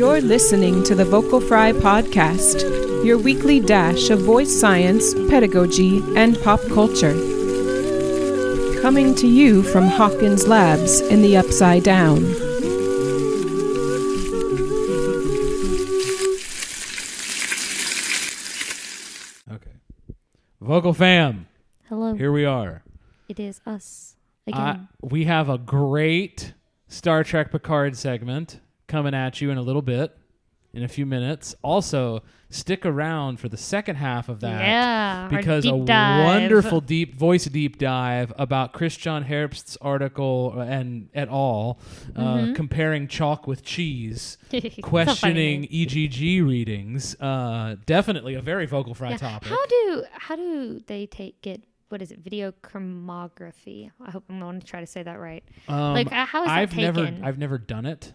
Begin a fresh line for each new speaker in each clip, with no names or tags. You're listening to the Vocal Fry Podcast, your weekly dash of voice science, pedagogy, and pop culture. Coming to you from Hawkins Labs in the Upside Down.
Okay. Vocal fam,
Hello.
here we are.
It is us
I,
again.
we have a great Star Trek Picard segment coming at you in a little bit, in a few minutes. Also, stick around for the second half of that.
Yeah, our
Because
deep
a
dive.
wonderful deep voice deep dive about Chris John Herbst's article and et al. Uh, comparing chalk with cheese,
Mm-hmm. It's a funny
questioning
name.
EGG readings. Uh, definitely a very vocal fry
Yeah.
topic.
How do how do they take get what is it? Video chromography. I hope I'm going to try to say that right.
Um,
Like, uh, how is that
I've never
taken?
I've never done it.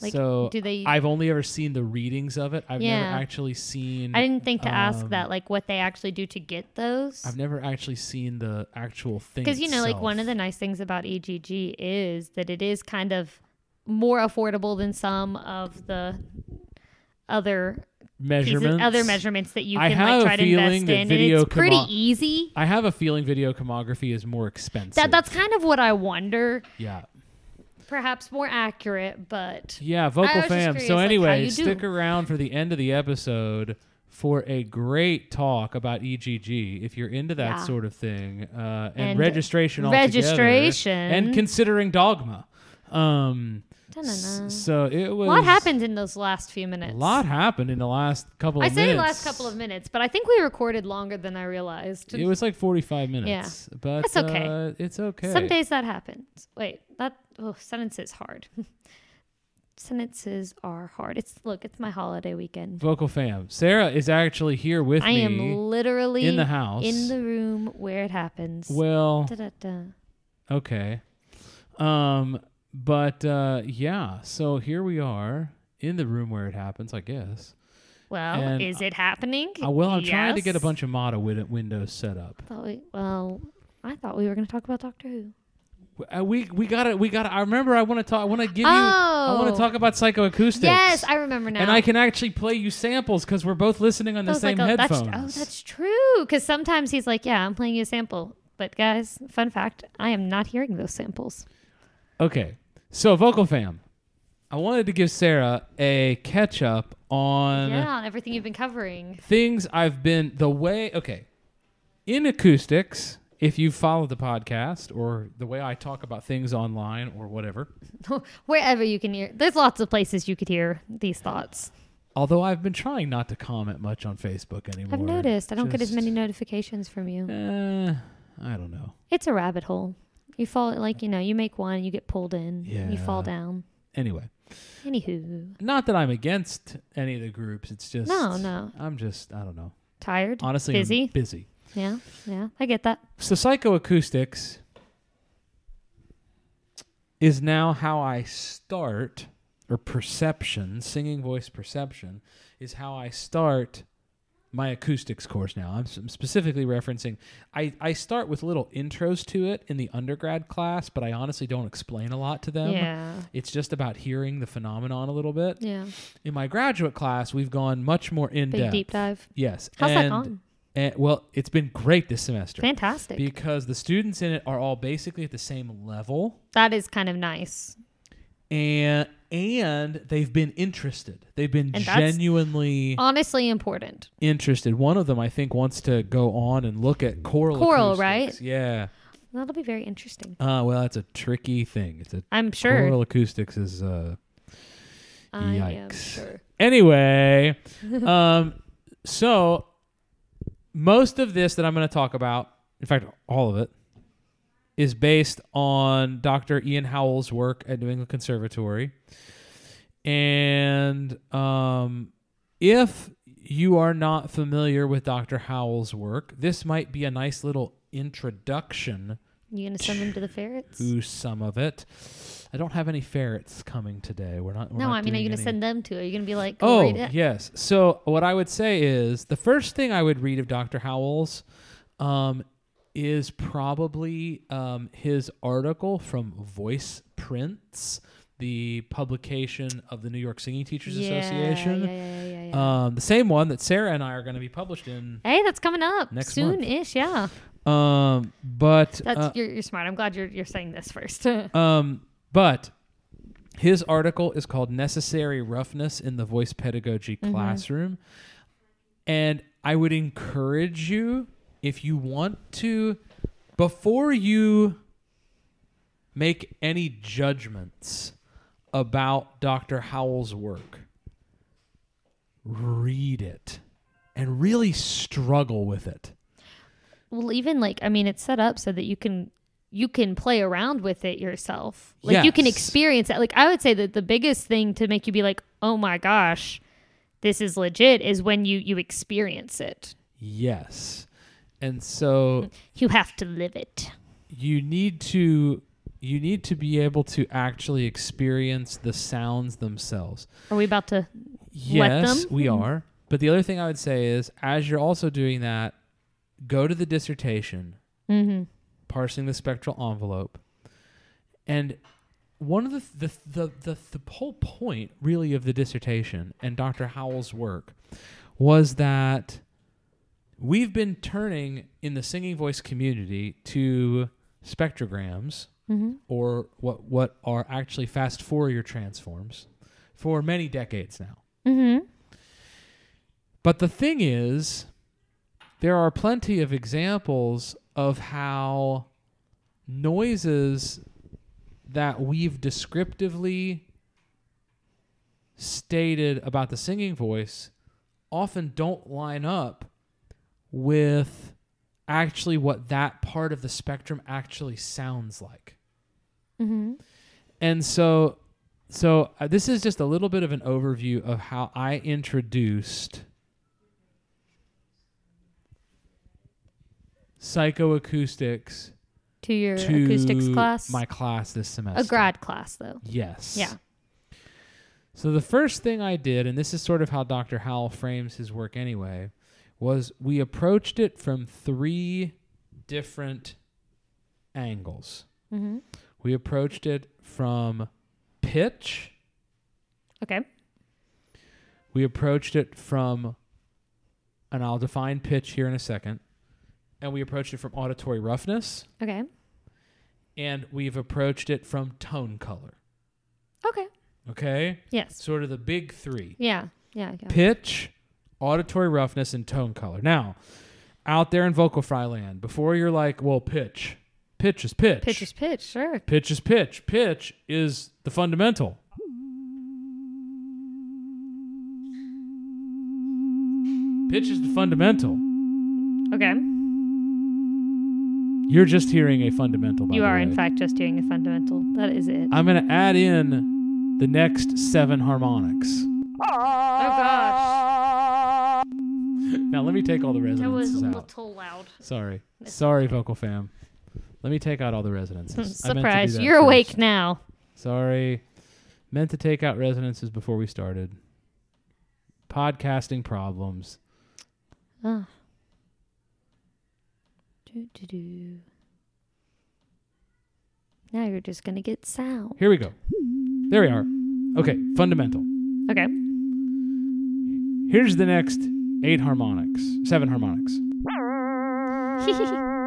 Like,
so
do they-
I've only ever seen the readings of it. I've
Yeah.
never actually seen.
I didn't think to ask
um,
that, like what they actually do to get those.
I've never actually seen the actual thing.
Because you know, like one of the
itself.
nice things about EGG is that it is kind of more affordable than some of the other pieces,
measurements,
other measurements that you
I
can
have
like
a
try to invest
feeling
in.
that
and
video
it's pretty
chromo-
easy.
I have a feeling video chromography is more expensive.
That that's kind of what I wonder.
yeah,
Perhaps more accurate, but
yeah. Vocal
was just
fam.
curious,
so
like, how
anyway,
you do.
stick around for the end of the episode for a great talk about EGG if you're into that
Yeah.
sort of thing uh, and,
And
registration altogether,
registration.
and considering dogma. Um, S-
Dun-dun-dun.
So it was
a lot happened in those last few
A
minutes.
lot happened in the last couple.
I
of
say
minutes.
last couple of minutes, but I think we recorded longer than I realized.
It was like forty-five minutes. Yeah. but
That's okay.
Uh, it's okay.
Some days that happens. Wait, that oh, sentences hard. sentences are hard. It's look, it's my holiday weekend.
Vocal fam, Sarah is actually here with
I
me.
am literally
in the house.
in the room where it happens.
well,
Da-da-da.
okay. Um, but uh, yeah. So here we are in the room where it happens. I guess.
Well,
And
is it happening?
Uh, well, I'm trying to get a
Yes.
bunch of Mata win- windows set up.
Thought we, well, I thought we were going to talk about Doctor Who.
Uh, We we gotta we gotta. I remember. I want to talk. I want to give you. I want
Oh.
to talk about psychoacoustics.
Yes, I remember now.
And I can actually play you samples because we're both listening on
I
the
was
same
like, oh, that's,
headphones.
oh, that's true. Because sometimes he's like, yeah, I'm playing you a sample. But guys, fun fact, I am not hearing those samples.
okay. So, Vocal Fam, I wanted to give Sarah a catch up on
yeah, everything you've been covering.
things I've been the way. Okay, in acoustics, if you follow the podcast or the way I talk about things online or whatever,
Wherever you can hear, there's lots of places you could hear these thoughts.
although I've been trying not to comment much on Facebook anymore.
I've noticed I don't get as
Just,
many notifications from you.
eh, I don't know.
It's a rabbit hole. You fall, like, you know, you make one, you get pulled in, you fall
Yeah.
down.
Anyway,
Anywho,
not that I'm against any of the groups. It's just
No, no.
I'm just I don't know.
tired,
honestly I'm
busy.
busy
yeah, yeah, I get that.
so psychoacoustics is now how i start or perception singing voice perception is how i start my acoustics course now i'm s- I'm specifically referencing I, I start with little intros to it in the undergrad class but i honestly don't explain a lot to them
yeah,
it's just about hearing the phenomenon a little bit
yeah,
in my graduate class we've gone much more in
big
depth
deep dive.
yes
How's that
and-
gone?
and well it's been great this semester
Fantastic.
because the students in it are all basically at the same level
that is kind of nice.
and and they've been interested they've been
And that's-
genuinely
Honestly, important.
interested one of them i think wants to go on and look at choral
Choral,
acoustics.
right?
yeah
That'll be very interesting.
uh, well that's a tricky thing it's a
I'm sure.
choral acoustics is uh
I am
Yikes.
sure.
anyway um so most of this that i'm going to talk about in fact all of it is based on dr ian howell's work at new england conservatory and um if you are not familiar with dr howell's work this might be a nice little introduction
You gonna send them to the ferrets?
to some of it i don't have any ferrets coming today we're not we're
No,
not
I mean, are you
doing
gonna
any-
send them to? Are you gonna be like, go
Oh,
read it?
yes. So what I would say is the first thing I would read of Dr. Howells um, is probably um, his article from Voice Prints, the publication of the New York Singing Teachers
Yeah,
Association.
Yeah, yeah, yeah, yeah.
Um, the same one that Sarah and I are going to be published in.
Hey, that's coming up
Next month.
soon-ish. Yeah,
Um, but
that's
uh,
you're, you're smart. I'm glad you're you're saying this first. yeah,
Um, but his article is called Necessary Roughness in the Voice Pedagogy Classroom. And I would encourage you, if you want to, before you make any judgments about Dr. Howell's work, read it and really struggle with it.
well, even like I mean, it's set up so that you can you can play around with it yourself. Like you can
Yes.
experience it. Like I would say that the biggest thing to make you be like, oh my gosh, this is legit, is when you you experience it.
Yes. And so
You have to live it.
you need to you need to be able to actually experience the sounds themselves.
Are we about to?
Yes,
them? Mm-hmm.
we are. But the other thing I would say is as you're also doing that, go to the dissertation,
Mm-hmm.
parsing the spectral envelope. And one of the the the, the, the whole point really of the dissertation and Dr. Howell's work was that we've been turning in the singing voice community to spectrograms
Mm-hmm.
or what what are actually fast Fourier transforms for many decades now.
Mm-hmm.
But the thing is, there are plenty of examples of how noises that we've descriptively stated about the singing voice often don't line up with actually what that part of the spectrum actually sounds like.
Mm-hmm.
And so, so uh, this is just a little bit of an overview of how I introduced psychoacoustics
To your
to
acoustics class,
my class this semester.
a grad class though.
Yes.
Yeah.
So the first thing I did, and this is sort of how Dr. Howell frames his work anyway, was we approached it from three different angles.
Mm-hmm.
We approached it from pitch.
Okay.
We approached it from, and I'll define pitch here in a second, and we approached it from auditory roughness,
Okay.
and we've approached it from tone color.
Okay.
Okay?
Yes.
Sort of the big three
Yeah. Yeah. I got it.
pitch, auditory roughness, and tone color. Now, out there in vocal fry land, before you're like, well, pitch, pitch is pitch.
Pitch is pitch. Sure.
pitch is pitch. Pitch is the fundamental. Pitch is the fundamental.
Okay.
You're just hearing a fundamental. By
You
the
are, in
way.
fact, just doing a fundamental. That is it.
I'm going to add in the next seven harmonics.
oh, gosh.
Now let me take all the
That was
resonances
a
out.
little loud.
Sorry, sorry, vocal fam. Let me take out all the resonances. I meant to do
Surprise.
that
You're
first.
awake now.
Sorry. Meant to take out resonances before we started. Podcasting problems.
Ah. Doo, doo, doo. Now you're just going to get sound.
Here we go. There we are. Okay, fundamental.
Okay.
Here's the next eight harmonics, seven harmonics.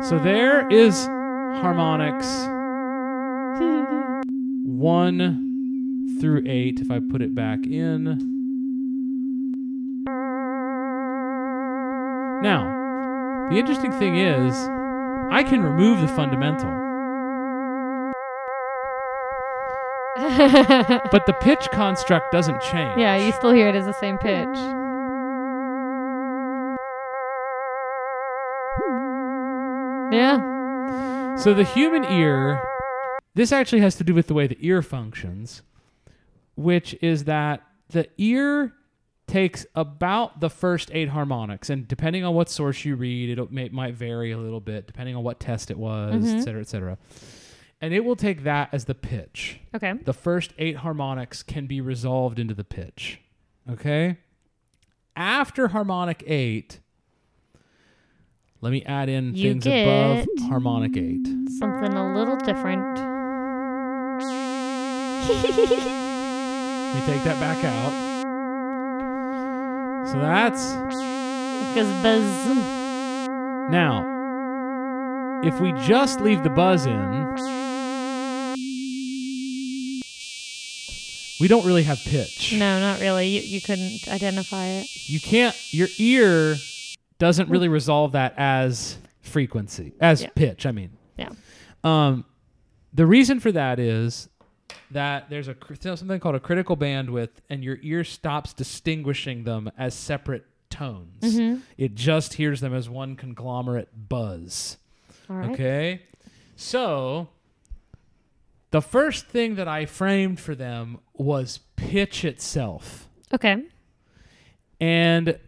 So there is harmonics one through eight. If I put it back in. Now, the interesting thing is, I can remove the fundamental. But the pitch construct doesn't change.
yeah, you still hear it as the same pitch. Yeah.
So the human ear, this actually has to do with the way the ear functions, which is that the ear takes about the first eight harmonics, and depending on what source you read, it'll- it may, might vary a little bit depending on what test it was,
Mm-hmm.
et cetera, et cetera. And it will take that as the pitch.
Okay.
The first eight harmonics can be resolved into the pitch. Okay? After harmonic eight, Let me add in
You
things above
get-
harmonic eight.
Something a little different.
Let me take that back out. So that's
Because buzz.
now. If we just leave the buzz in, we don't really have pitch.
No, not really. You, you couldn't identify it.
you can't your ear doesn't really resolve that as frequency as
Yeah.
pitch i mean
Yeah.
um the reason for that is that there's a cr- something called a critical bandwidth and your ear stops distinguishing them as separate tones it just hears them as one conglomerate buzz
All right.
Okay. So the first thing that I framed for them was pitch itself.
Okay.
And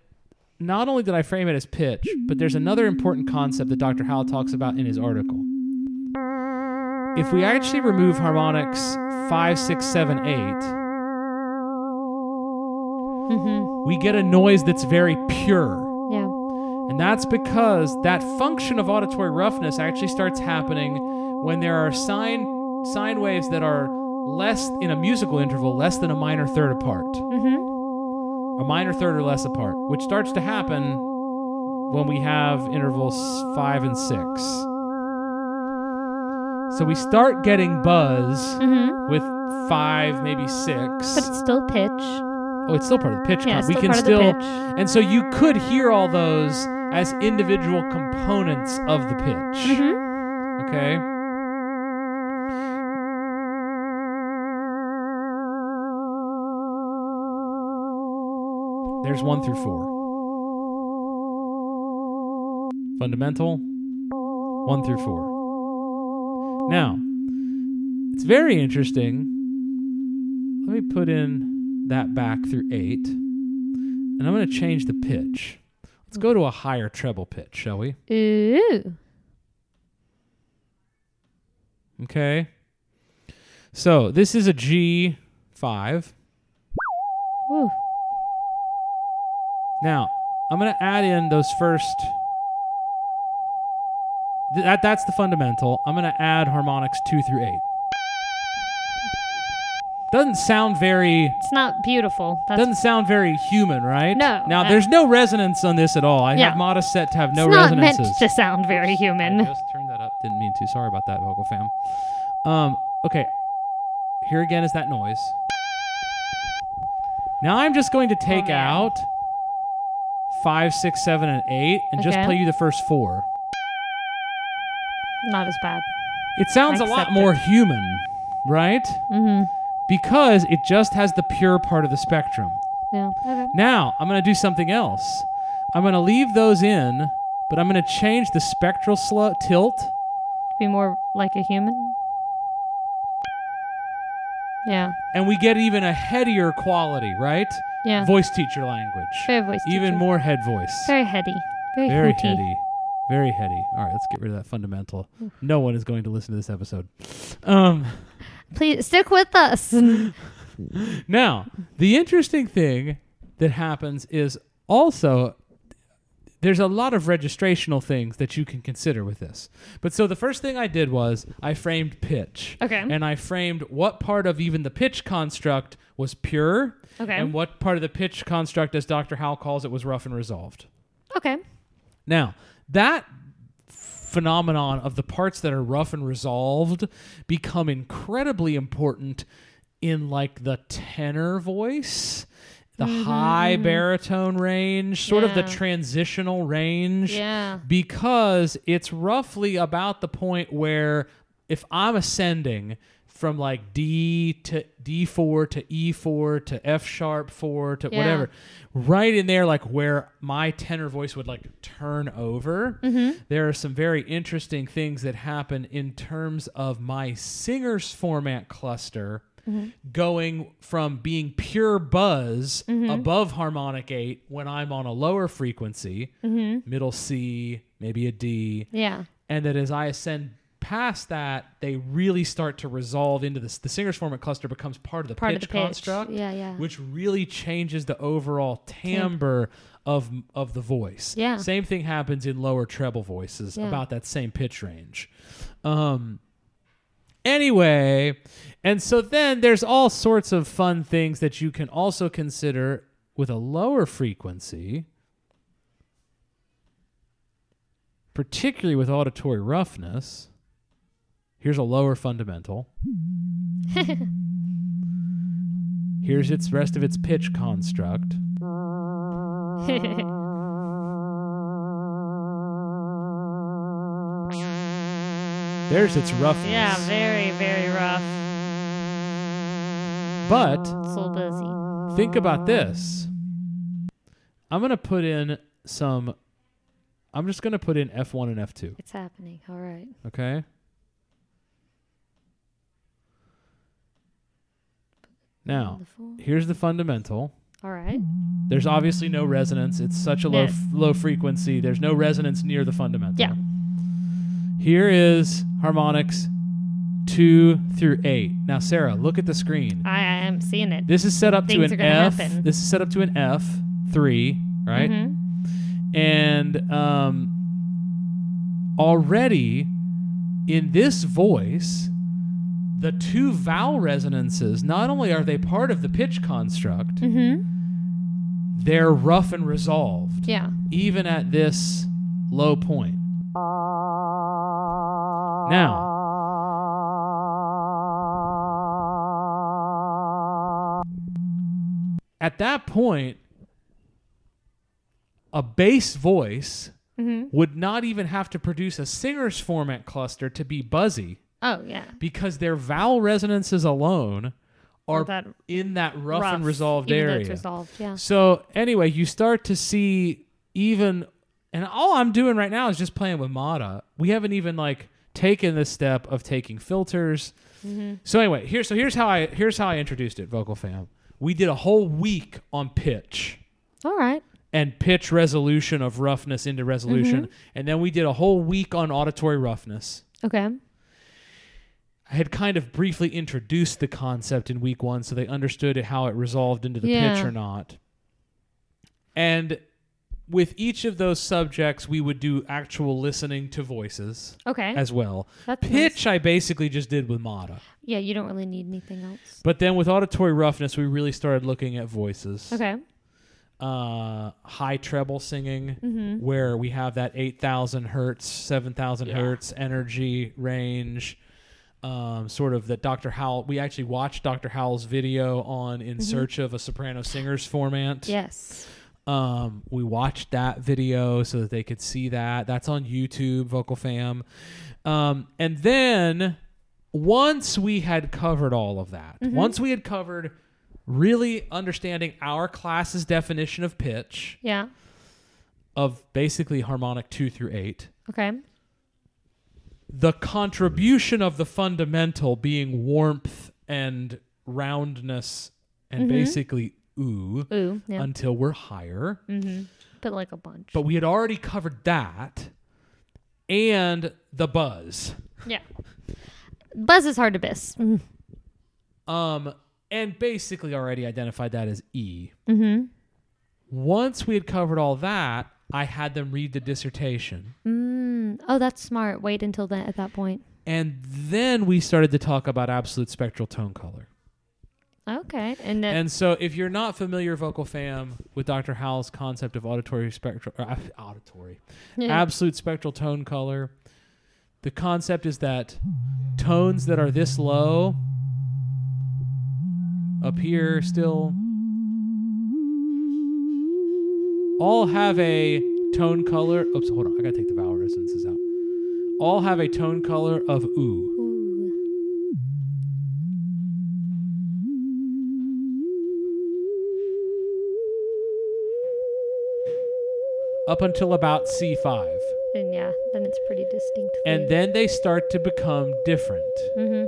not only did I frame it as pitch, but there's another important concept that Dr. Howell talks about in his article. If we actually remove harmonics five, six, seven, eight,
Mm-hmm.
we get a noise that's very pure.
Yeah.
And that's because that function of auditory roughness actually starts happening when there are sine sine waves that are less in a musical interval, less than a minor third apart.
Mm-hmm.
A minor third or less apart, which starts to happen when we have intervals 5 and 6. So we start getting buzz
Mm-hmm.
with 5, maybe 6.
But it's still pitch.
Oh, it's still part of the pitch.
Yeah,
count.
it's
we
still
can
part of the
still,
pitch.
and so you could hear all those as individual components of the pitch.
Mm-hmm.
Okay. There's one through four. Fundamental, one through four. Now, it's very interesting let me put in that back through eight. And I'm going to change the pitch. Let's go to a higher treble pitch, shall we?
Ooh.
Okay. So this is a G5.
Ooh.
Now, I'm going to add in those first. Th- that, that's the fundamental. I'm going to add harmonics two through eight. Doesn't sound very.
It's not beautiful. That's
Doesn't sound very human, right?
No,
Now
uh,
there's no resonance on this at all. I
Yeah.
have modest set to have no
it's not
resonances.
meant to sound very
I
human.
just turned that up. Didn't mean to. Sorry about that, vocal fam. Um, okay. Here again is that noise. Now I'm just going to take
man.
out five, six, seven, and eight, and just
Okay.
play you the first four.
Not as bad.
It sounds a lot
accept
more
it.
human, right?
Mm-hmm.
Because it just has the pure part of the spectrum.
Yeah. Okay.
Now I'm going to do something else. I'm going to leave those in, but I'm going to change the spectral sl- tilt.
Be more like a human. Yeah.
and we get even a headier quality, right?
Yeah.
Voice teacher language.
Very voice
even
teacher.
more head voice.
Very heady. Very,
Very
hooty.
heady. Very heady. All right, let's get rid of that fundamental. No one is going to listen to this episode. Um,
Please stick with us. Mm.
now, the interesting thing that happens is also there's a lot of registrational things that you can consider with this. But so the first thing I did was I framed pitch.
Okay.
And I framed what part of even the pitch construct was pure.
Okay.
And what part of the pitch construct, as Dr. Howell calls it, was rough and resolved.
okay.
Now, that phenomenon of the parts that are rough and resolved become incredibly important in like the tenor voice, the high baritone range, sort of the
Mm-hmm. Yeah.
transitional range
Yeah.
because it's roughly about the point where if I'm ascending from like D to D4 to E4 to F sharp 4 to
Yeah.
whatever, right in there, like where my tenor voice would like turn over,
Mm-hmm.
there are some very interesting things that happen in terms of my singer's format cluster.
Mm-hmm.
Going from being pure buzz
Mm-hmm.
above harmonic eight when I'm on a lower
Mm-hmm.
frequency, middle C, maybe a D,
Yeah.
and that as I ascend past that, they really start to resolve into this. The singer's formant cluster becomes part of the
Part
pitch
of the pitch.
construct,
Yeah, yeah.
which really changes the overall timbre of of the voice.
Yeah.
Same thing happens in lower treble voices
Yeah.
about that same pitch range. Um anyway, and so then there's all sorts of fun things that you can also consider with a lower frequency. Particularly with auditory roughness. Here's a lower fundamental. Here's its rest of its pitch construct. There's its roughness.
yeah, very, very rough.
But
It's a little busy.
think about this. I'm going to put in some I'm just going to put in F1 and F2,
It's happening. All right.
okay? Now,
Wonderful.
here's the fundamental.
All right.
There's obviously no resonance. It's such a low
Yes.
low frequency. There's no resonance near the fundamental.
Yeah.
Here is harmonics 2 through 8. Now, Sarah, look at the screen.
I, I am seeing it.
This is set up
Things
to
are
an
gonna
F.
happen.
This is set up to an F three, right?
Mhm.
And um, already in this voice, the two vowel resonances not only are they part of the pitch construct,
Mhm.
they're rough and resolved,
Yeah.
even at this low point. Now. At that point, a bass voice
Mhm.
would not even have to produce a singer's format cluster to be buzzy
Oh yeah.
because their vowel resonances alone are
Well, that
in that rough, and resolved
even though
area.
It's resolved. Yeah.
So anyway, you start to see even, and all I'm doing right now is just playing with Mata. We haven't even like taken the step of taking filters. So anyway, here so here's how I here's how I introduced it, Vocal Fam. We did a whole week on pitch
All right.
and pitch resolution of roughness into resolution, and then we did a whole week on auditory roughness.
Okay.
I had kind of briefly introduced the concept in week one so they understood it, how it resolved into the pitch
Yeah.
or not. And with each of those subjects, we would do actual listening to voices
Okay.
as well.
Eh? That's nice.
Pitch, I basically just did with Mata.
Yeah. You don't really need anything else.
But then with auditory roughness, we really started looking at voices.
Okay.
Uh, high treble singing,
Mhm.
where we have that 8,000 hertz, 7,000
Yeah.
hertz energy range. Um, sort of that Dr. Howell, we actually watched Dr. Howell's video on In Search of a Soprano Singers Format.
Yes.
Um, we watched that video so that they could see that. That's on YouTube, Vocal Fam. Um, and then once we had covered all of that, once we had covered really understanding our class's definition of pitch
Yeah.
of basically harmonic two through eight,
Okay.
the contribution of the fundamental being warmth and roundness and basically ooh
Ooh. Yeah.
until we're higher.
mhm. But like a bunch.
But we had already covered that and the buzz.
yeah. Buzz is hard to miss. Mm.
Um and basically already identified that as E.
Mhm.
Once we had covered all that, I had them read the dissertation.
Mm. Oh, that's smart. Wait until that at that point.
And then we started to talk about absolute spectral tone color.
Okay. And then
And so, if you're not familiar, vocal fam, with Dr. Howell's concept of auditory spectral, or, uh, auditory, absolute spectral tone color, the concept is that tones that are this low up here still all have a tone color. Oops, hold on. I gotta take the vowel resonances out. All have a tone color of ooh.
Ooh.
up until about C5.
And yeah, then it's pretty distinct.
And then they start to become different.
Mm-hmm.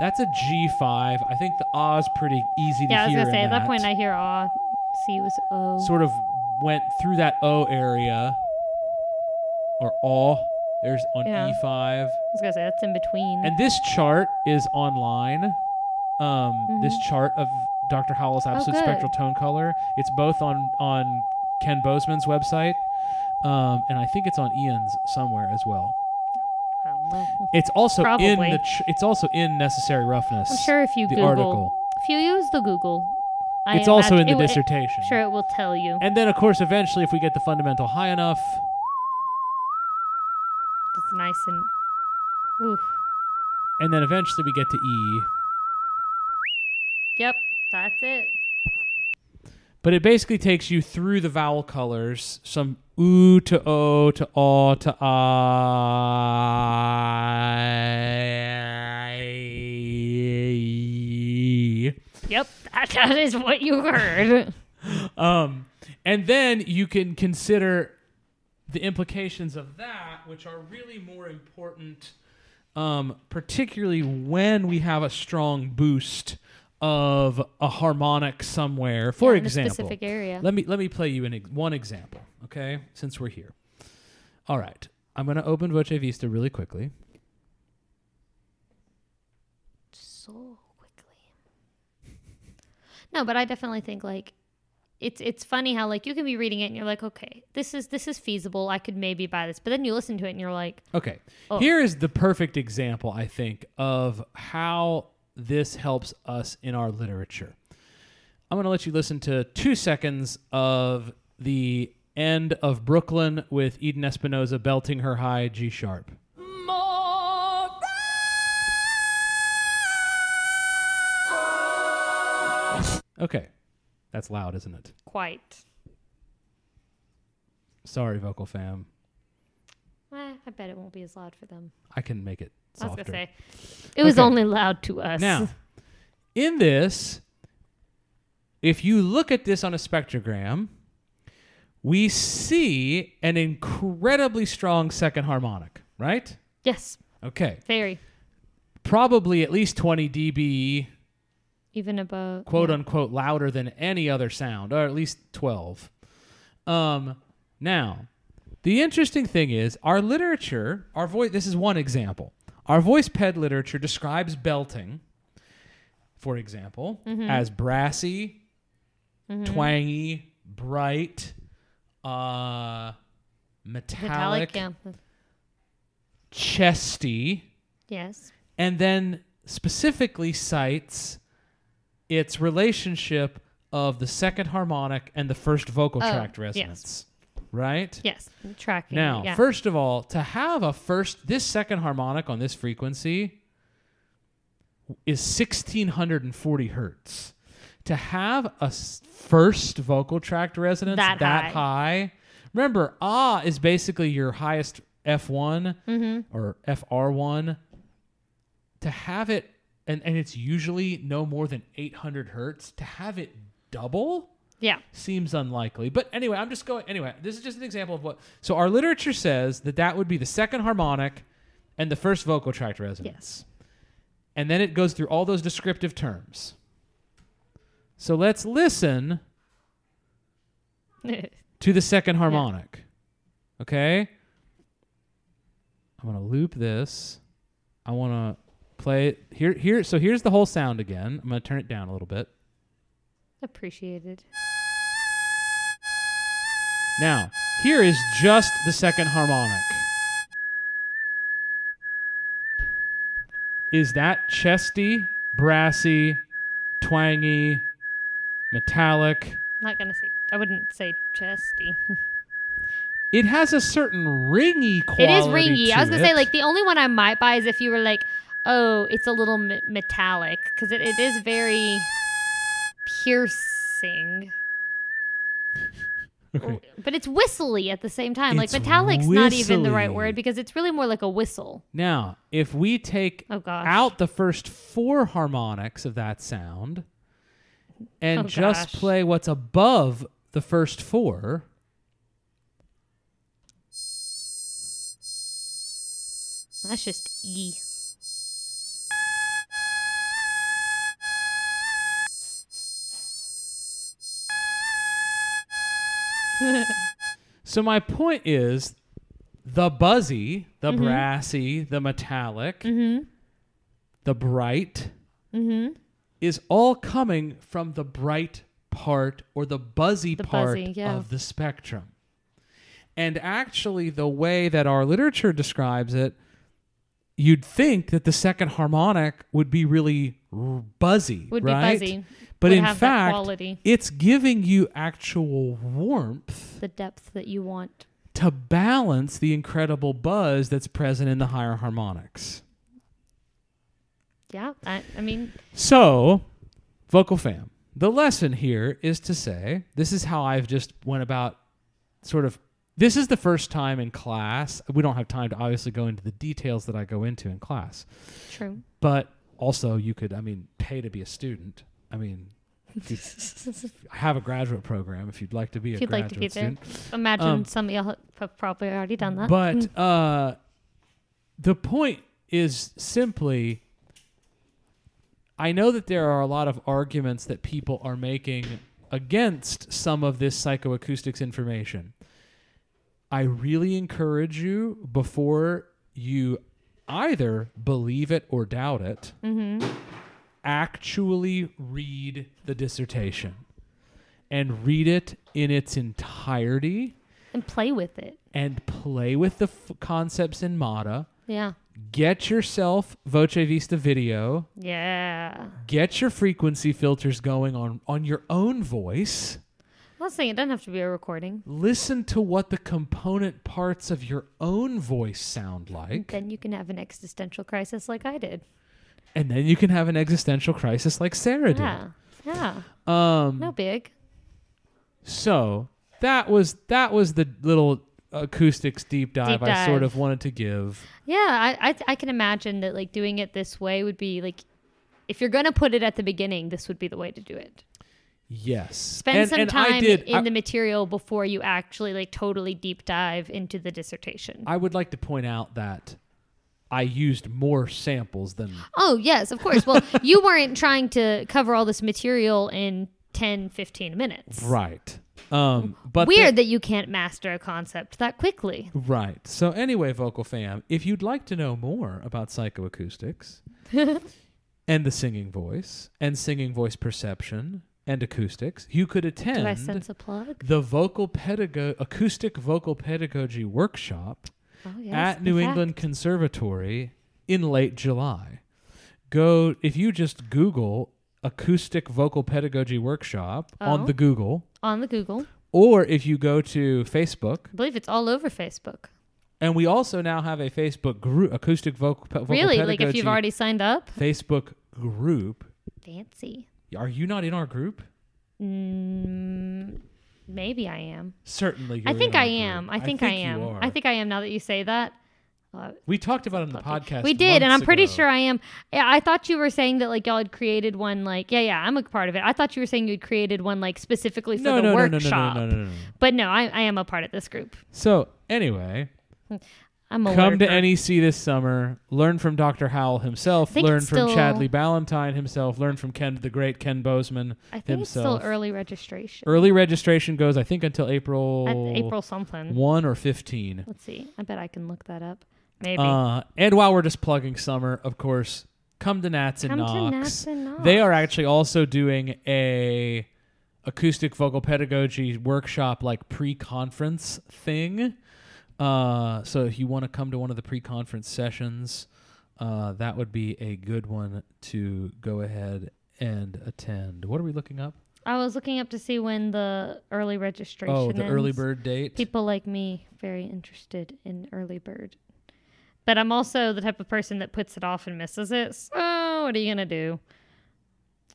That's a G5. I think the ah's pretty easy to
Yeah, I was
hear.
gonna say
in
at that point I hear ah, C was O.
sort of went through that O area or all. There's on
Yeah.
E5.
was gonna say that's in between.
And this chart is online. Um, This chart of Dr. Howell's absolute
Mm-hmm. Oh, good.
spectral tone color. It's both on on Ken Bozeman's website, um, and I think it's on Ian's somewhere as well.
I don't know.
It's also in
Probably.
the. Ch- it's also in Necessary Roughness.
I'm sure if you
the
Google,
article.
if you use the Google, I
It's also
imagine-
in the
it will- it-
dissertation.
sure, it will tell you.
And then, of course, eventually, if we get the fundamental high enough,
It's nice and oof.
and then eventually we get to E.
Yep, that's it.
But it basically takes you through the vowel colors, some oo to o to aw to I.
Yep, that, that is what you heard.
Um, and then you can consider the implications of that, which are really more important, um, particularly when we have a strong boost of a harmonic somewhere. For
Yeah, in a
example,
specific area.
Let me let me play you an ex- one example, okay? Since we're here. All right, I'm going to open Voce Vista really quickly.
so quickly. No, but I definitely think like it's it's funny how like you can be reading it and you're like, okay, this is this is feasible. I could maybe buy this, but then you listen to it and you're like,
Okay.
Oh.
Here is the perfect example, I think, of how this helps us in our literature. I'm going to let you listen to two seconds of the end of Brooklyn with Eden Espinosa belting her high G sharp. Okay. That's loud, isn't it?
quite.
Sorry, vocal fam.
Eh, I bet it won't be as loud for them.
I can make it
I
softer.
was gonna say, it was
Okay.
only loud to us.
Now, in this, if you look at this on a spectrogram, we see an incredibly strong second harmonic, right?
yes,
Okay.
very
Probably at least 20 dB,
even about
quote unquote, louder than any other sound, or at least 12. Um, now, the interesting thing is our literature, our voice, this is one example. Our voice ped literature describes belting, for example,
Mm-hmm.
as brassy, twangy, bright, uh, metallic,
metallic. yeah.
chesty,
Yes,
and then specifically cites its relationship of the second harmonic and the first vocal
Oh,
tract
yes.
resonance. Right?
yes, tracking. it,
Now,
yeah.
first of all, to have a first this second harmonic on this frequency is 1640 hertz. To have a s- first vocal tract resonance
That
high. remember ah is basically your highest F1
Mm-hmm.
or FR1. To have it and, and it's usually no more than 800 hertz. To have it double
yeah,
seems unlikely. But anyway, I'm just going. Anyway, this is just an example of what. So our literature says that that would be the second harmonic and the first vocal tract resonance. And then it goes through all those descriptive terms. So let's listen to the second harmonic. Okay? I'm going to loop this. I want to play it here here so here's the whole sound again. I'm going to turn it down a little bit.
appreciated.
Now, here is just the second harmonic. Is that chesty, brassy, twangy, metallic?
I'm not gonna say. I wouldn't say chesty.
It has a certain ringy quality.
It is ringy. I was gonna
to
say
it.
like the only one I might buy is if you were like, oh, it's a little m- metallic because it, it is very piercing,
Okay.
but it's whistly at the same time.
It's
like metallic's not even the right
whistly.
word because it's really more like a whistle.
Now, if we take
Oh, gosh.
out the first four harmonics of that sound and
Oh,
just
gosh.
play what's above the first four,
That's just e.
So my point is the buzzy, the
Mhm.
brassy, the metallic,
Mm
the bright
hmm. Mm hmm.
is all coming from the bright part or the buzzy
The
part
buzzy, yeah.
of the spectrum. And actually, the way that our literature describes it, you'd think that the second harmonic would be really r- buzzy,
Would
right?
be buzzy.
But
Would
in
have that
fact,
quality,
it's giving you actual warmth
the depth that you want.
to balance the incredible buzz that's present in the higher harmonics.
Yeah. I, I mean,
So, vocal fam, the lesson here is to say this is how I've just went about sort of this is the first time in class. We don't have time to obviously go into the details that I go into in class,
true.
but also you could, I mean, pay to be a student. I mean, if you have a graduate program if you'd like to be
If
a
you'd
graduate
like to be there.
student.
Imagine
Um,
some of y'all have probably already done that.
But uh, the point is simply I know that there are a lot of arguments that people are making against some of this psychoacoustics information. I really encourage you before you either believe it or doubt it, actually read the dissertation and read it in its entirety
and play with it.
and play with the f- concepts in Mata.
Yeah.
Get yourself Voce Vista video.
Yeah.
Get your frequency filters going on on your own voice.
I was saying it doesn't have to be a recording.
Listen to what the component parts of your own voice sound like,
Then you can have an existential crisis like I did.
and then you can have an existential crisis like Sarah did.
Yeah. Yeah.
Um,
No big.
So that was that was the little acoustics deep dive,
Deep
I sort
dive.
of wanted to give.
Yeah, I, I I can imagine that like doing it this way would be like if you're gonna put it at the beginning, this would be the way to do it.
Yes,
Spend
and,
some
and
time
I did,
in
I-
the material before you actually like totally deep dive into the dissertation.
I would like to point out that I used more samples than
oh yes, of course. Well, you weren't trying to cover all this material in 10, 15 minutes.
right. Um, but
Weird that you can't master a concept that quickly.
the- right. So anyway, vocal fam, if you'd like to know more about psychoacoustics and the singing voice and singing voice perception and acoustics, you could
Do I
attend
sense a plug?
the vocal pedago- acoustic vocal pedagogy workshop
Oh, yes,
at
in
New
fact.
England Conservatory in late July. Go if you just Google acoustic vocal pedagogy workshop on
Oh.
the Google,
on the Google.
or if you go to Facebook,
I believe it's all over Facebook.
and we also now have a Facebook group, acoustic vocal, pe- vocal
really?
pedagogy
Like if you've already signed up?
Facebook group.
Fancy.
Are you not in our group?
Mm, maybe I am.
Certainly,
I
you're
think
in our
I
group.
am. I think I, am.
you are.
I think I am now that you say that. Uh,
we talked about it on the podcast.
we did, and I'm
months
pretty
ago.
sure I am. Yeah, I thought you were saying that like y'all had created one like yeah yeah I'm a part of it. I thought you were saying you had created one like specifically for
no,
the
no, no, no, no, no,
workshop.
no, no, no, no.
But no, I, I am a part of this group.
So anyway,
I'm a
Come to
lurker.
NEC this summer. Learn from Dr. Howell himself.
think
Learn
it's
from
still-
Chadley Ballantyne himself. Learn from Ken the great Ken Bozeman
I think it's
himself.
still early registration.
Early registration goes, I think, until April,
At April something.
one or fifteen.
Let's see. I bet I can look that up. Maybe.
Uh, and while we're just plugging summer, of course, come to Nats and
Come
Knox.
to Nats and Knox.
They are actually also doing a acoustic vocal pedagogy workshop, like pre-conference thing. Uh, so if you want to come to one of the pre-conference sessions, uh, that would be a good one to go ahead and attend. What are we looking up?
I was looking up to see when the early registration.
Oh, the early
ends.
bird date.
People like me very interested in early bird, but I'm also the type of person that puts it off and misses it. So what are you gonna do?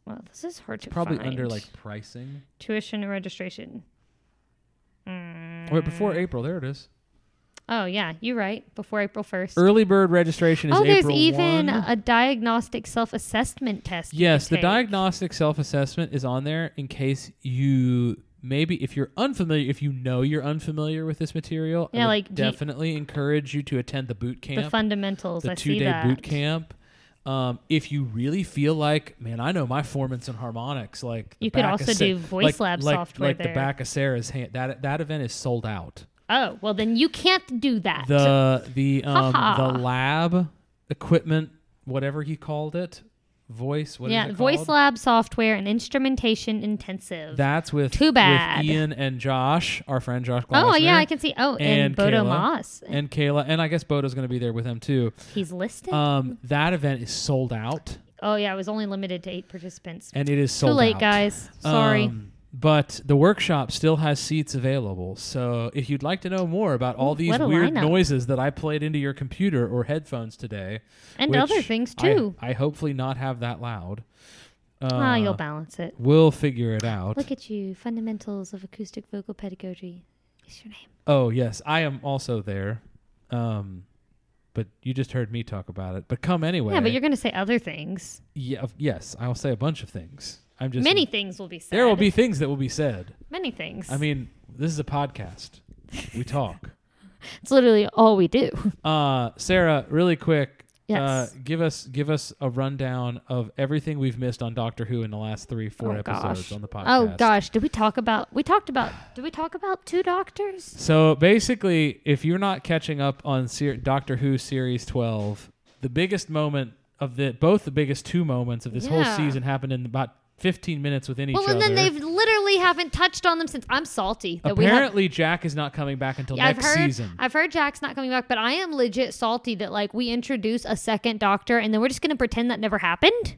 Well, this is hard to
Probably
find.
under like pricing.
tuition and registration. Mm.
Wait, before April. There it is.
Oh yeah, you're right. Before April first.
Early bird registration is
oh, there's
April
even
1.
a diagnostic self-assessment test. you
Yes,
could
the
take.
diagnostic self assessment is on there in case you maybe if you're unfamiliar, if you know you're unfamiliar with this material, I
Yeah,
would
like, do you-
definitely encourage you to attend the boot camp,
The fundamentals. I
two
see
day
that.
boot camp. Um, if you really feel like, man, I know my formants and harmonics, like the
You could
back of
also
Sa-
do voice
like-
lab
like,
software
like the
there.
back of Sarah's hand. That that event is sold out.
Oh, well, then you can't do that.
the the um
Ha-ha.
the lab equipment whatever he called it voice what is
yeah,
it
voice
called?
lab software and instrumentation intensive.
that's with
Too bad.
with Ian and Josh our friend Josh
oh, yeah,
Glasner,
I can see. Oh,
and
and, Bodo
Kayla.
Moss.
and Kayla and I guess Bodo's going to be there with them too
He's listed.
um that event is sold out
oh, yeah, it was only limited to eight participants.
and it is
Too
sold
late,
out.
guys. Sorry.
Um, but the workshop still has seats available. So if you'd like to know more about all these
what a
weird
lineup.
noises that I played into your computer or headphones today,
and
which
other things,
I-
too.
I, hopefully not have that loud. Uh,
Ah, you'll balance it.
We'll figure it out.
Look at you. Fundamentals of Acoustic Vocal Pedagogy is your name.
oh yes, I am also there. Um, but you just heard me talk about it. But come anyway.
Yeah, but you're going to say other things.
yeah, of- yes, I'll say a bunch of things. I'm just
Many things will be said.
There will be things that will be said.
many things.
I mean, this is a podcast. We talk.
it's literally all we do.
Uh, Sarah, really quick. Uh,
Yes.
give us give us a rundown of everything we've missed on Doctor Who in the last three four
Oh,
episodes
gosh.
on the podcast.
Oh gosh, did we talk about? We talked about. Did we talk about two doctors?
So basically, if you're not catching up on ser- Doctor Who series twelve, the biggest moment of the both the biggest two moments of this whole
Yeah.
season happened in about fifteen minutes within
Well,
each
and then
other.
they've literally haven't touched on them since. I'm salty that
Apparently, Jack is not coming back until
we have. I've
next
heard.
season.
I've heard Jack's not coming back, but I am legit salty that like we introduce a second doctor and then we're just gonna pretend that never happened.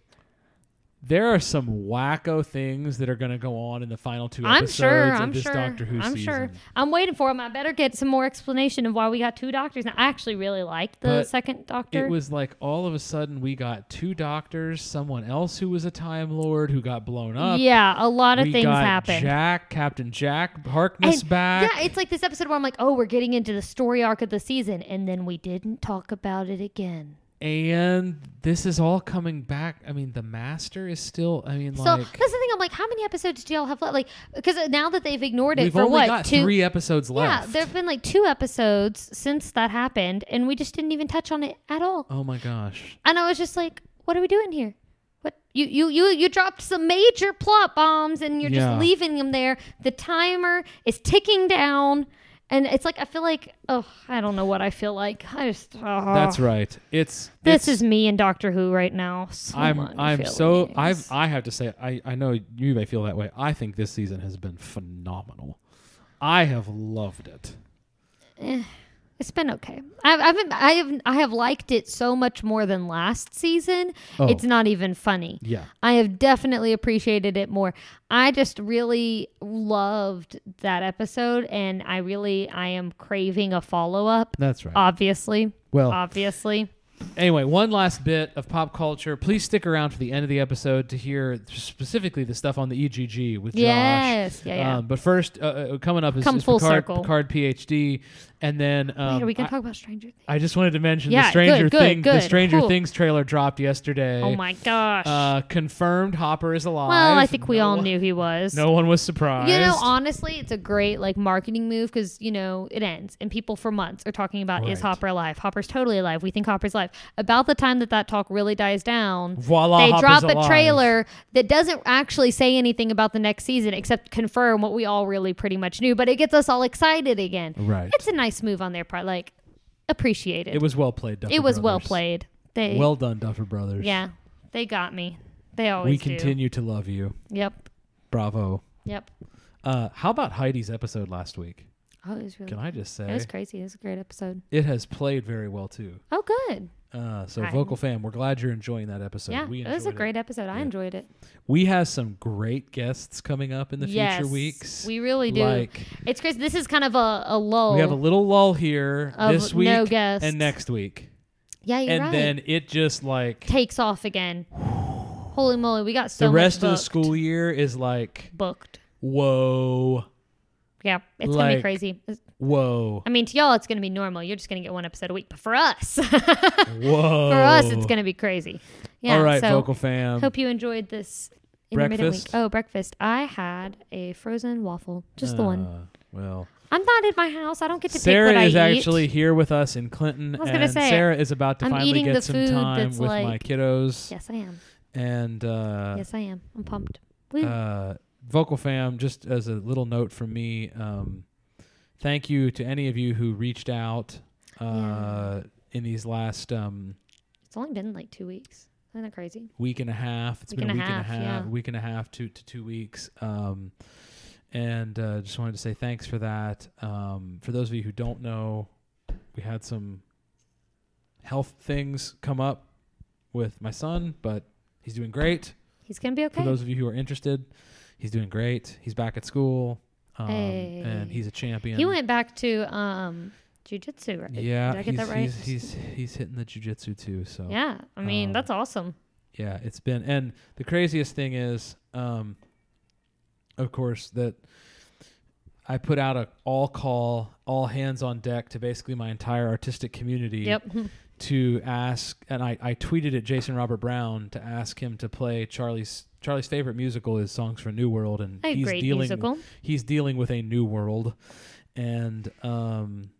there are some wacko things that are going to go on in the final two
I'm
episodes
sure.
of
I'm
this
sure.
Doctor Who
I'm
season.
sure. I'm waiting for him. I better get some more explanation of why we got two doctors. Now, I actually really liked the
But
second doctor.
It was like all of a sudden we got two doctors, someone else who was a Time Lord who got blown up.
yeah, a lot of
we
things
got
happened.
Jack, Captain Jack Harkness
And-
back.
Yeah, it's like this episode where I'm like, oh, we're getting into the story arc of the season, and then we didn't talk about it again.
and this is all coming back. I mean, the Master is still. I mean,
so
like
that's the thing. I'm like, how many episodes do y'all have left? Like, because now that they've ignored it
we've
for
only
what
got
two?
three episodes
yeah,
left.
there have been like two episodes since that happened, and we just didn't even touch on it at all.
oh my gosh.
And I was just like, what are we doing here? What you you you you dropped some major plot bombs and you're
Yeah.
just leaving them there. The timer is ticking down. And it's like I feel like oh I don't know what I feel like I just oh.
That's right. It's
This
it's-
is me and Doctor Who right now. So
I'm
many
I'm so
feelings.
I've I have to say I I know you may feel that way. I think this season has been phenomenal. I have loved it.
it's been okay. I've, I've been, I have I have liked it so much more than last season.
Oh.
It's not even funny.
Yeah.
I have definitely appreciated it more. I just really loved that episode, and I really I am craving a follow up.
That's right.
Obviously,
Well-
obviously,
Anyway, one last bit of pop culture. Please stick around for the end of the episode to hear specifically the stuff on the EGG with
Yes.
Josh.
Yeah, yeah.
Um, but first, uh, uh, coming up is,
Come
is
full
Picard,
circle.
Picard PhD, and then um,
Wait, are we gonna
I,
talk about Stranger Things?
I just wanted to mention the
Yeah,
Stranger
good, good,
Thing. The
good.
Stranger
Cool.
Things trailer dropped yesterday.
oh my gosh!
Uh, confirmed Hopper is alive.
well, I think we
No
all
one-
knew he was.
No one was surprised.
You know, honestly, it's a great like marketing move because you know it ends, and people for months are talking about is
Right.
Hopper alive? Hopper's totally alive. We think Hopper's alive. About the time that that talk really dies down,
Voila,
they
Hopper's
drop
alive.
a trailer that doesn't actually say anything about the next season except confirm what we all really pretty much knew, but it gets us all excited again.
Right.
It's a nice move on their part. Like, appreciate it.
It was well played, Duffer
It was well
Brothers.
played. They
Well done, Duffer Brothers.
yeah, they got me. They always
We
do.
continue to love you.
Yep,
Bravo.
yep.
Uh, how about Heidi's episode last week?
Oh, it was really.
Can I just say
it was crazy. It was a great episode.
it has played very well too.
Oh, good.
Uh, so
Right.
vocal fam, we're glad you're enjoying that episode.
yeah,
we
it was a
enjoyed
great episode. I enjoyed it.
We have some great guests coming up in the
yes,
future weeks.
we really do.
Like
it's crazy. This is kind of a, a lull.
we have a little lull here
Of
this
no
week
guests.
and next week,
yeah, you're
and
right.
then it just like
takes off again. Holy moly, we got so
the
much
rest of the
booked.
school year is like
booked.
whoa,
Yeah, it's gonna
Like-
be crazy. It's-
whoa,
I mean, to y'all, it's gonna be normal. You're just gonna get one episode a week, but for us, for
whoa.
us, it's gonna be crazy. Yeah.
All right,
so
vocal fam.
hope you enjoyed this intermittent
Breakfast?
week. Oh, breakfast! I had a frozen waffle, just the one.
Uh, Well,
I'm not in my house. I don't get to pick
Sarah
what
is
I eat.
actually here with us in Clinton,
I was gonna
and
say,
Sarah is about to
I'm
finally
eating
get
the
some
food
time
that's
with my
like-
kiddos.
Yes, I am.
And uh,
Yes, I am. I'm pumped. Woo.
uh, vocal fam, just as a little note from me, um, thank you to any of you who reached out uh, in these last um,
It's only been like two weeks. Isn't that crazy?
week and a half. It's
Week
been a
and
week
a half,
and a half,
yeah.
week and a half to, to two weeks. Um, and uh, just wanted to say thanks for that. Um, for those of you who don't know, we had some health things come up with my son, but he's doing great.
He's gonna be okay.
For those of you who are interested, he's doing great. He's back at school, um, and
Hey.
he's a champion.
He went back to um jujitsu, right?
Yeah,
Did I get
he's,
that right?
he's he's he's hitting the jujitsu too. So
yeah. I mean,
um,
that's awesome.
yeah, it's been and the craziest thing is, um, of course, that I put out a all call, all hands on deck to basically my entire artistic community
Yep.
to ask, and I, I tweeted at Jason Robert Brown to ask him to play Charlie's Charlie's favorite musical is Songs for New World, and
A
he's
great
dealing
musical.
he's dealing with a new world, and um,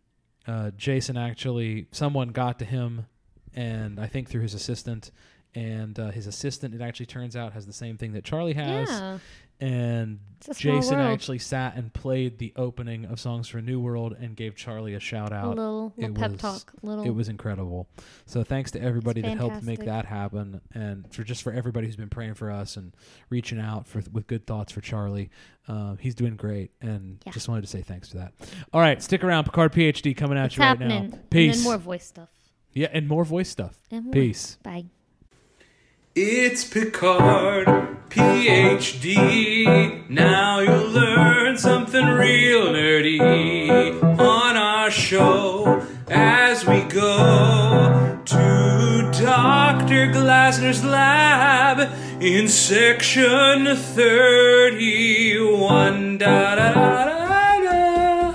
uh, Jason actually someone got to him, and I think through his assistant, and uh, his assistant it actually turns out has the same thing that Charlie has,
Yeah.
and
It's a small
Jason
world.
actually sat and played the opening of Songs for New World and gave Charlie a shout
A
out.
little, little
it
pep
was-
talk. Little.
It was incredible. So thanks to everybody that helped make that
fantastic.
happen, and for just for everybody who's been praying for us and reaching out for with good thoughts for Charlie. Uh, he's doing great, and
Yeah.
just wanted to say thanks for that. All right, stick around. Picard PhD coming at
it's
you right
happening.
now.
And then
Peace.
more voice stuff.
yeah, and more voice stuff.
And more.
Peace.
Bye.
It's Picard, PhD. Now you'll learn something real nerdy on our show as we go to Dr. Glasner's lab in section 31. Da, da, da, da, da.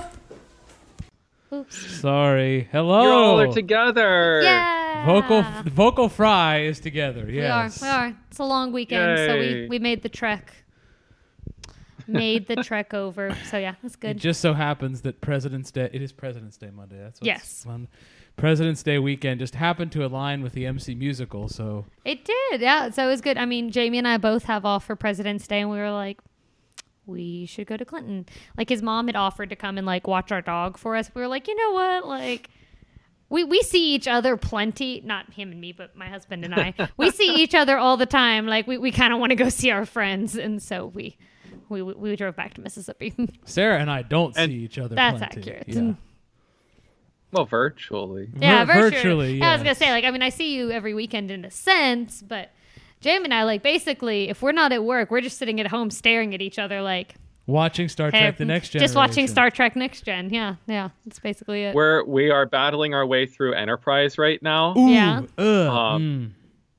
Oops.
Sorry. Hello.
You're all are together.
Yeah.
Vocal Vocal Fry is together.
We are.
Yes.
We are. It's a long weekend, so we,
Yay.
we made the trek. Made the trek over. So yeah, that's
It
good.
just so happens that President's Day. It is President's Day Monday. That's what's
Yes.
fun. President's Day weekend just happened to align with the MC musical, so
It did. Yeah. So it was good. I mean, Jamie and I both have off for President's Day, and we were like, we should go to Clinton. Like his mom had offered to come and like watch our dog for us. We were like, you know what? Like, we, we see each other plenty. Not him and me, but my husband and I. we see each other all the time. Like we, we kind of want to go see our friends, and so we we we drove back to Mississippi.
Sarah and I don't
And-
see each other.
That's
plenty.
accurate. Mm.
Yeah.
Well, virtually.
yeah,
Vir-
virtually.
virtually,
I was gonna
yes.
say like I mean I see you every weekend in a sense, but Jamie and I like basically if we're not at work, we're just sitting at home staring at each other like
Watching Star
Hey,
Trek: The Next Generation.
Just watching Star Trek Next Gen. Yeah, yeah. That's basically it.
We're we are battling our way through Enterprise right now.
Ooh,
Yeah.
ugh, mm.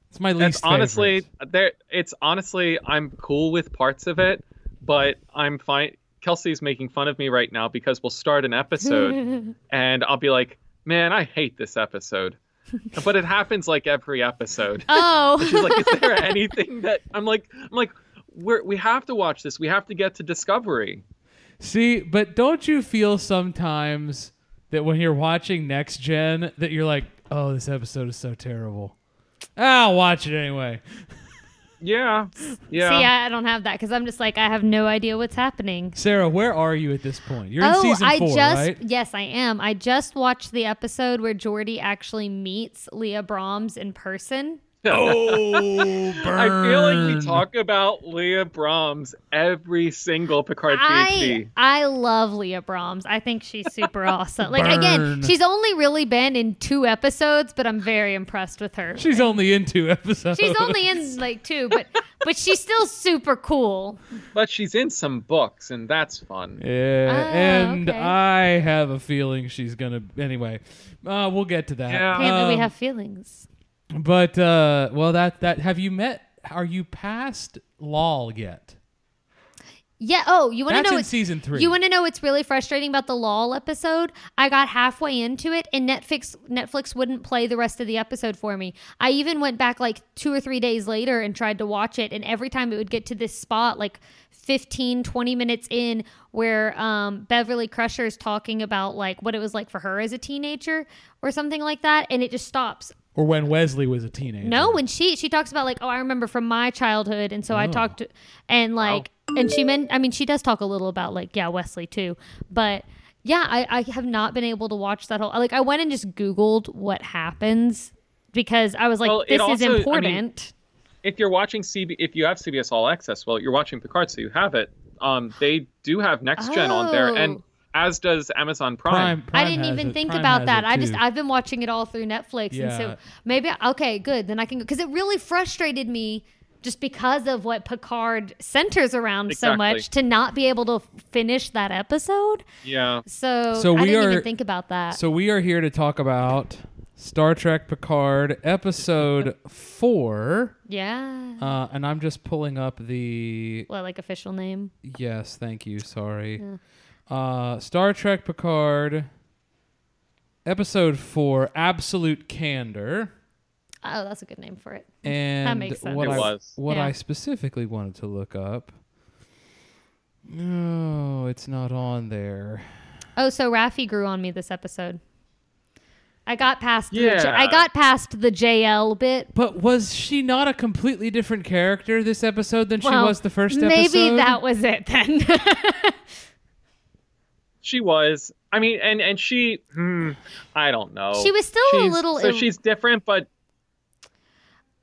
It's my
That's
least.
Um, honestly
favorite.
there. It's honestly I'm cool with parts of it, but I'm fine. Kelsey's making fun of me right now because we'll start an episode, and I'll be like, "Man, I hate this episode," but it happens like every episode. She's
oh,
like, "Is there anything that I'm like? I'm like, we're we have to watch this. We have to get to Discovery."
See, but don't you feel sometimes that when you're watching Next Gen that you're like, oh, this episode is so terrible. Ah, I'll watch it anyway.
Yeah, yeah.
see, I, I don't have that because I'm just like I have no idea what's happening.
Sarah, where are you at this point? You're in
oh,
season
I
four,
just
right?
yes, I am. I just watched the episode where Jordy actually meets Leah Brahms in person.
Oh, burn.
I feel like we talk about Leah Brahms every single Picard
I
PhD.
I love Leah Brahms. I think she's super awesome. Like
Burn.
again, she's only really been in two episodes, but I'm very impressed with her.
She's only in two episodes.
She's only in like two, but but she's still super cool.
But she's in some books, and that's fun.
Yeah,
Ah,
and
okay.
I have a feeling she's gonna. Anyway, uh, we'll get to that.
Yeah.
Hey, but we
Um,
have feelings.
But uh, well, that that have you met? Are you past Lol yet?
Yeah. Oh, you want to
That's
know
in
what's
season three.
You want to know what's really frustrating about the LOL episode? I got halfway into it and Netflix Netflix wouldn't play the rest of the episode for me. I even went back like 2 or 3 days later and tried to watch it and every time it would get to this spot like 15 20 minutes in where um, Beverly Crusher is talking about like what it was like for her as a teenager or something like that and it just stops.
Or when Wesley was a teenager?
No, when she she talks about like, oh, I remember from my childhood, and so
Oh.
I talked, and like, and she meant, I mean, she does talk a little about like, yeah, Wesley too, but yeah, I, I have not been able to watch that whole. Like, I went and just Googled what happens because I was like,
Well, it
this
also- I
is
mean-
important.
if you're watching CB, if you have CBS All Access, well, you're watching Picard, so you have it. Um, they do have Next Gen on there, and
Oh.
as does Amazon
Prime.
Prime.
Prime
I didn't
has
even
it-
think
Prime
about
has
that.
it,
I just
too.
I've been watching it all through Netflix, and
Yeah.
so maybe okay, good. Then I can because it really frustrated me just because of what Picard centers around so
Exactly.
much to not be able to f- finish that episode.
Yeah,
So,
So
I
we
didn't
are-
even think about that.
So we are here to talk about Star Trek Picard episode 4.
yeah.
Uh, and I'm just pulling up the
Well, like official name.
yes, thank you. Sorry. Uh, Star Trek Picard episode 4 Absolute Candor.
Oh, that's a good name for it.
And
makes sense.
what
It
I
was.
what
Yeah.
I specifically wanted to look up. No, it's not on there.
Oh, so Rafi grew on me this episode. I got past the J-
Yeah.
I got past the JL bit.
But was she not a completely different character this episode than
Well,
she was the first episode?
Maybe that was it then.
she was. I mean, and and she, hmm, I don't know.
She was still a
She's-
little
So
ill-
she's different, but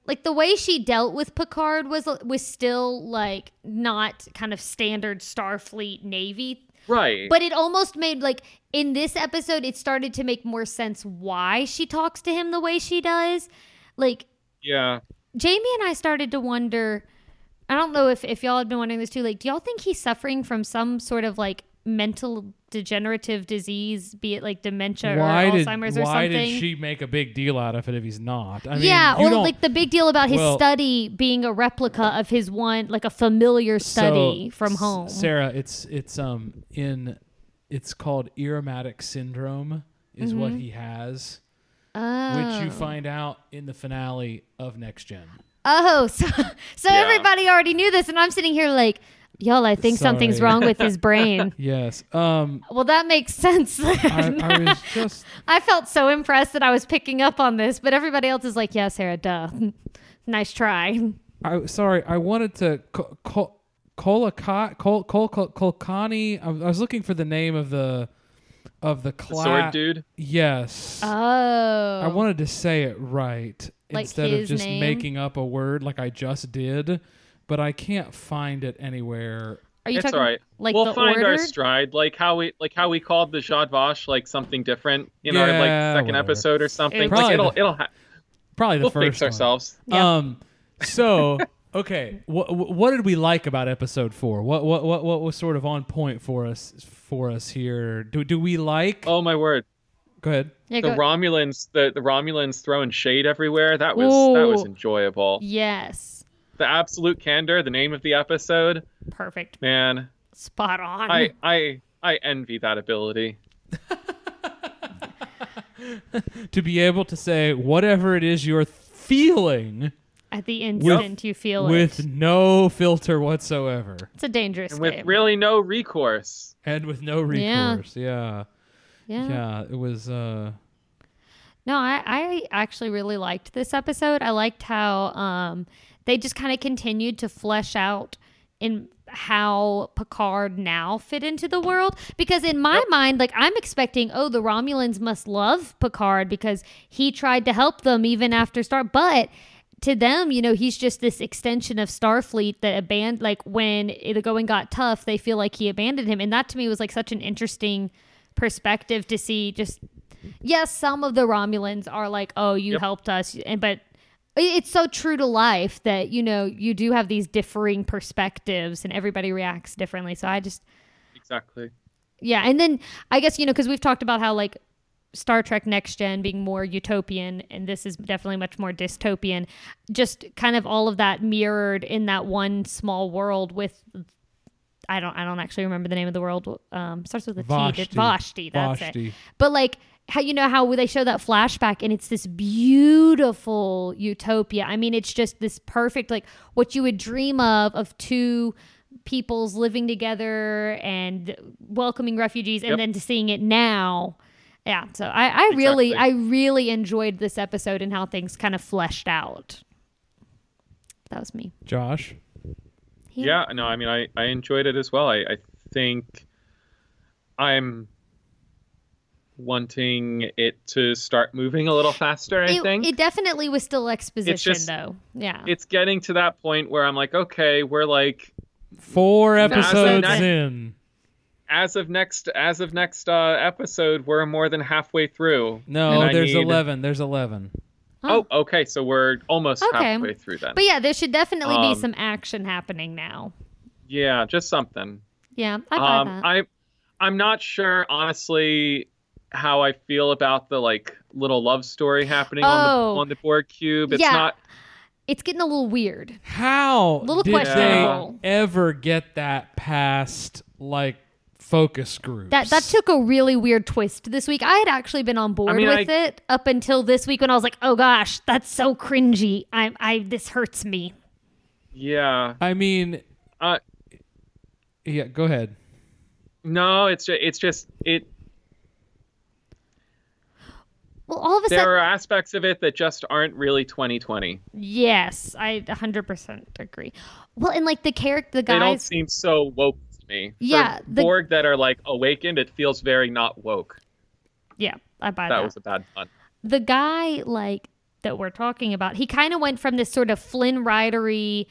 like the way she dealt with Picard was was still like not kind of standard Starfleet Navy
right.
But it almost made like in this episode, it started to make more sense why she talks to him the way she does. Like
yeah,
Jamie and I started to wonder. I don't know if if y'all had been wondering this too. Like, do y'all think he's suffering from some sort of like mental degenerative disease, be it like dementia
why
or
did
Alzheimer's or
why
something?
did she make a big deal out of it if he's not? I mean,
yeah,
you
or
don't-
like the big deal about his
well-
study being a replica of his one, like a familiar study
So,
from
S-
home.
Sarah, it's it's um in it's called eromatic syndrome is what he has, which
Mm-hmm. Oh.
you find out in the finale of Next Gen.
Oh, so, so
Yeah.
everybody already knew this, and I'm sitting here like, y'all, I think something's
Sorry.
wrong with his brain.
Yes. Um
well, that makes sense. Then.
I,
I,
I was just
felt so impressed that I was picking up on this, but everybody else is like, yeah, Sarah, duh. nice try.
I sorry. I wanted to Col Col Colacott- Col Col Col Colcani. I was- I was looking for the name of the of the
the
class.
sword dude.
Yes.
Oh.
I wanted to say it right
Like
instead of
his
just
name?
making up a word like I just did, but I can't find it anywhere.
Are you
it's
talking
all right.
like
we'll
the
find
order?
our stride, like how we like how we called the Jadvash like something different in our
Yeah,
like second
whatever.
episode or something.
It's-
like
Probably
it'll
the-
it'll ha-
Probably the
we'll
first
fix
one.
ourselves.
Yeah.
Um. So okay, what what did we like about episode four? What what what what was sort of on point for us for us here? Do do we like?
Oh my word.
Go ahead.
Yeah,
the
go-
Romulans, the, the Romulans throwing shade everywhere. That was that was
Ooh.
enjoyable.
yes.
The absolute candor, the name of the episode,
Perfect.
man.
Spot on.
I I I envy that ability.
to be able to say whatever it is you're feeling
At the instant you feel
with
it.
no filter whatsoever
It's a dangerous
And with
game.
really no recourse.
and with no
Yeah.
recourse. Yeah. Yeah,
yeah.
it was uh
No, I, I actually really liked this episode. I liked how um, they just kind of continued to flesh out in how Picard now fit into the world. Because in my mind, like I'm expecting, oh, the Romulans must love Picard because he tried to help them even after Star. But to them, you know, he's just this extension of Starfleet that abandoned. Like when the going got tough, they feel like he abandoned him, and that to me was like such an interesting perspective to see just yes, some of the Romulans are like, "Oh, you helped us," and but i- it's so true to life that you know you do have these differing perspectives, and everybody reacts differently. So I just
Exactly.
yeah, and then I guess you know because we've talked about how like Star Trek Next Gen being more utopian, and this is definitely much more dystopian. Just kind of all of that mirrored in that one small world with. I don't. I don't actually remember the name of the world. Um, starts with a T.
Vashti.
Vashti. That's it.
Vashti.
But like how you know how they show that flashback and it's this beautiful utopia. I mean, it's just this perfect like what you would dream of of two peoples living together and welcoming refugees and
Yep.
then to seeing it now. Yeah, so I, I really I
Exactly.
really enjoyed this episode and how things kind of fleshed out. That was me.
Josh.
Yeah. no, I mean I, I enjoyed it as well. I, I think I'm wanting it to start moving a little faster. I
It,
think
it definitely was still exposition,
just-
though. Yeah.
it's getting to that point where I'm like, okay, we're like
Four
Nah, so
episodes
nice.
in.
as of next as of next uh, episode, we're more than halfway through.
No,
And I
there's
need-
eleven. There's eleven.
Oh, okay, so we're almost
Okay.
halfway through then.
but yeah, there should definitely
Um,
be some action happening now.
yeah, just something.
Yeah, I buy
Um,
that.
I I'm not sure honestly how I feel about the like little love story happening on
Oh.
the on the board cube. It's
Yeah.
not
it's getting a little weird.
How
Little
did they
questionable.
ever get that past like focus groups?
That that took a really weird twist this week. I had actually been on board
mean,
with
I-
it up until this week when I was like, "Oh gosh, that's so cringy. I I this hurts me."
yeah.
I mean,
Uh
yeah. Go ahead.
no, it's just it's just it
Well, all of a
there
sudden,
are aspects of it that just aren't really 2020.
yes, I 100% agree. Well, and like the character, the
They don't
guys,
seem so woke to me. For
Yeah, the-
Borg that are like awakened, it feels very not woke.
yeah, I buy
That
that.
was a bad pun.
the guy like that we're talking about, he kind of went from this sort of Flynn Ridery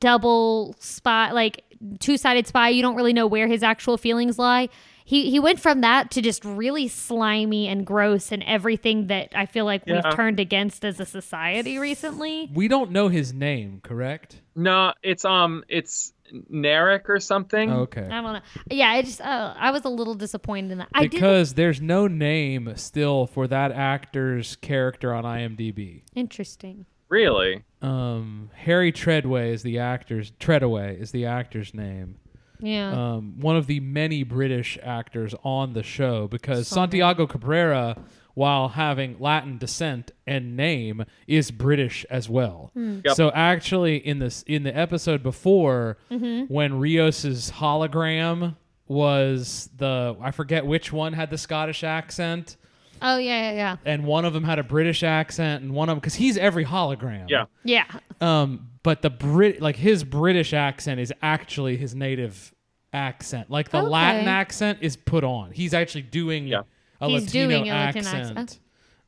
double spy, like two-sided spy. You don't really know where his actual feelings lie. He he went from that to just really slimy and gross and everything that I feel like
Yeah.
we've turned against as a society recently.
We don't know his name, correct?
No, it's um it's Narek or something.
Okay.
Mm-hmm. I don't know. Yeah, I just uh, I was a little disappointed in that. I did
because there's no name still for that actor's character on IMDb.
interesting.
Really?
Um, Harry Treadway is the actor's Treadaway is the actor's name.
Yeah.
Um, one of the many British actors on the show because Santiago Cabrera, while having Latin descent and name, is British as well.
Yep.
So actually, in this in the episode before, when Rios's hologram was the I forget which one had the Scottish accent.
oh yeah, yeah,
and one of them had a British accent, and one of them because he's every hologram.
Yeah.
yeah. Yeah.
Um, but the Brit like his British accent is actually his native accent. Like the
Okay.
Latin accent is put on. He's actually doing
Yeah.
a
He's
Latino
doing a Latin
accent.
accent.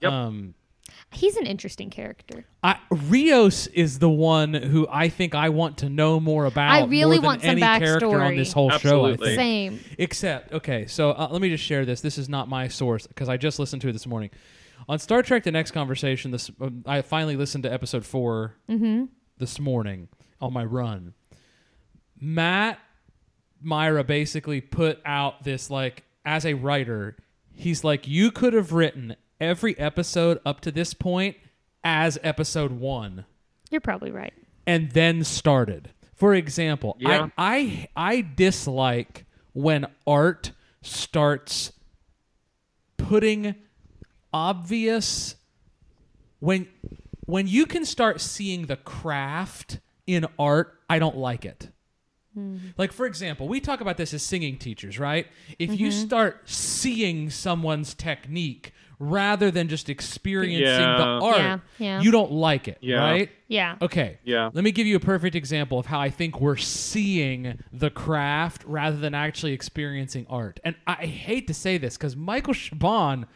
Yep.
Um,
He's an interesting character.
I, Rios is the one who I think I want to know more about.
I really
more than
want some
any character on
backstory.
this whole show. I
Absolutely.
think.
Same.
Except, okay, so uh, let me just share this. This is not my source because I just listened to it this morning. On Star Trek: The Next Conversation, this um, I finally listened to episode 4 this morning on my run. Matt Myra basically put out this like as a writer, he's like, you could have written every episode up to this point as episode one
You're probably right.
and then started. For example,
Yeah.
I, I I dislike when art starts putting obvious when when you can start seeing the craft in art, I don't like it.
Hmm.
Like for example, we talk about this as singing teachers, right? If you
Mm-hmm.
start seeing someone's technique rather than just experiencing
Yeah.
the art,
Yeah, yeah.
you don't like it,
Yeah.
right?
Yeah.
Okay.
Yeah.
Let me give you a perfect example of how I think we're seeing the craft rather than actually experiencing art. And I hate to say this because Michael Chabon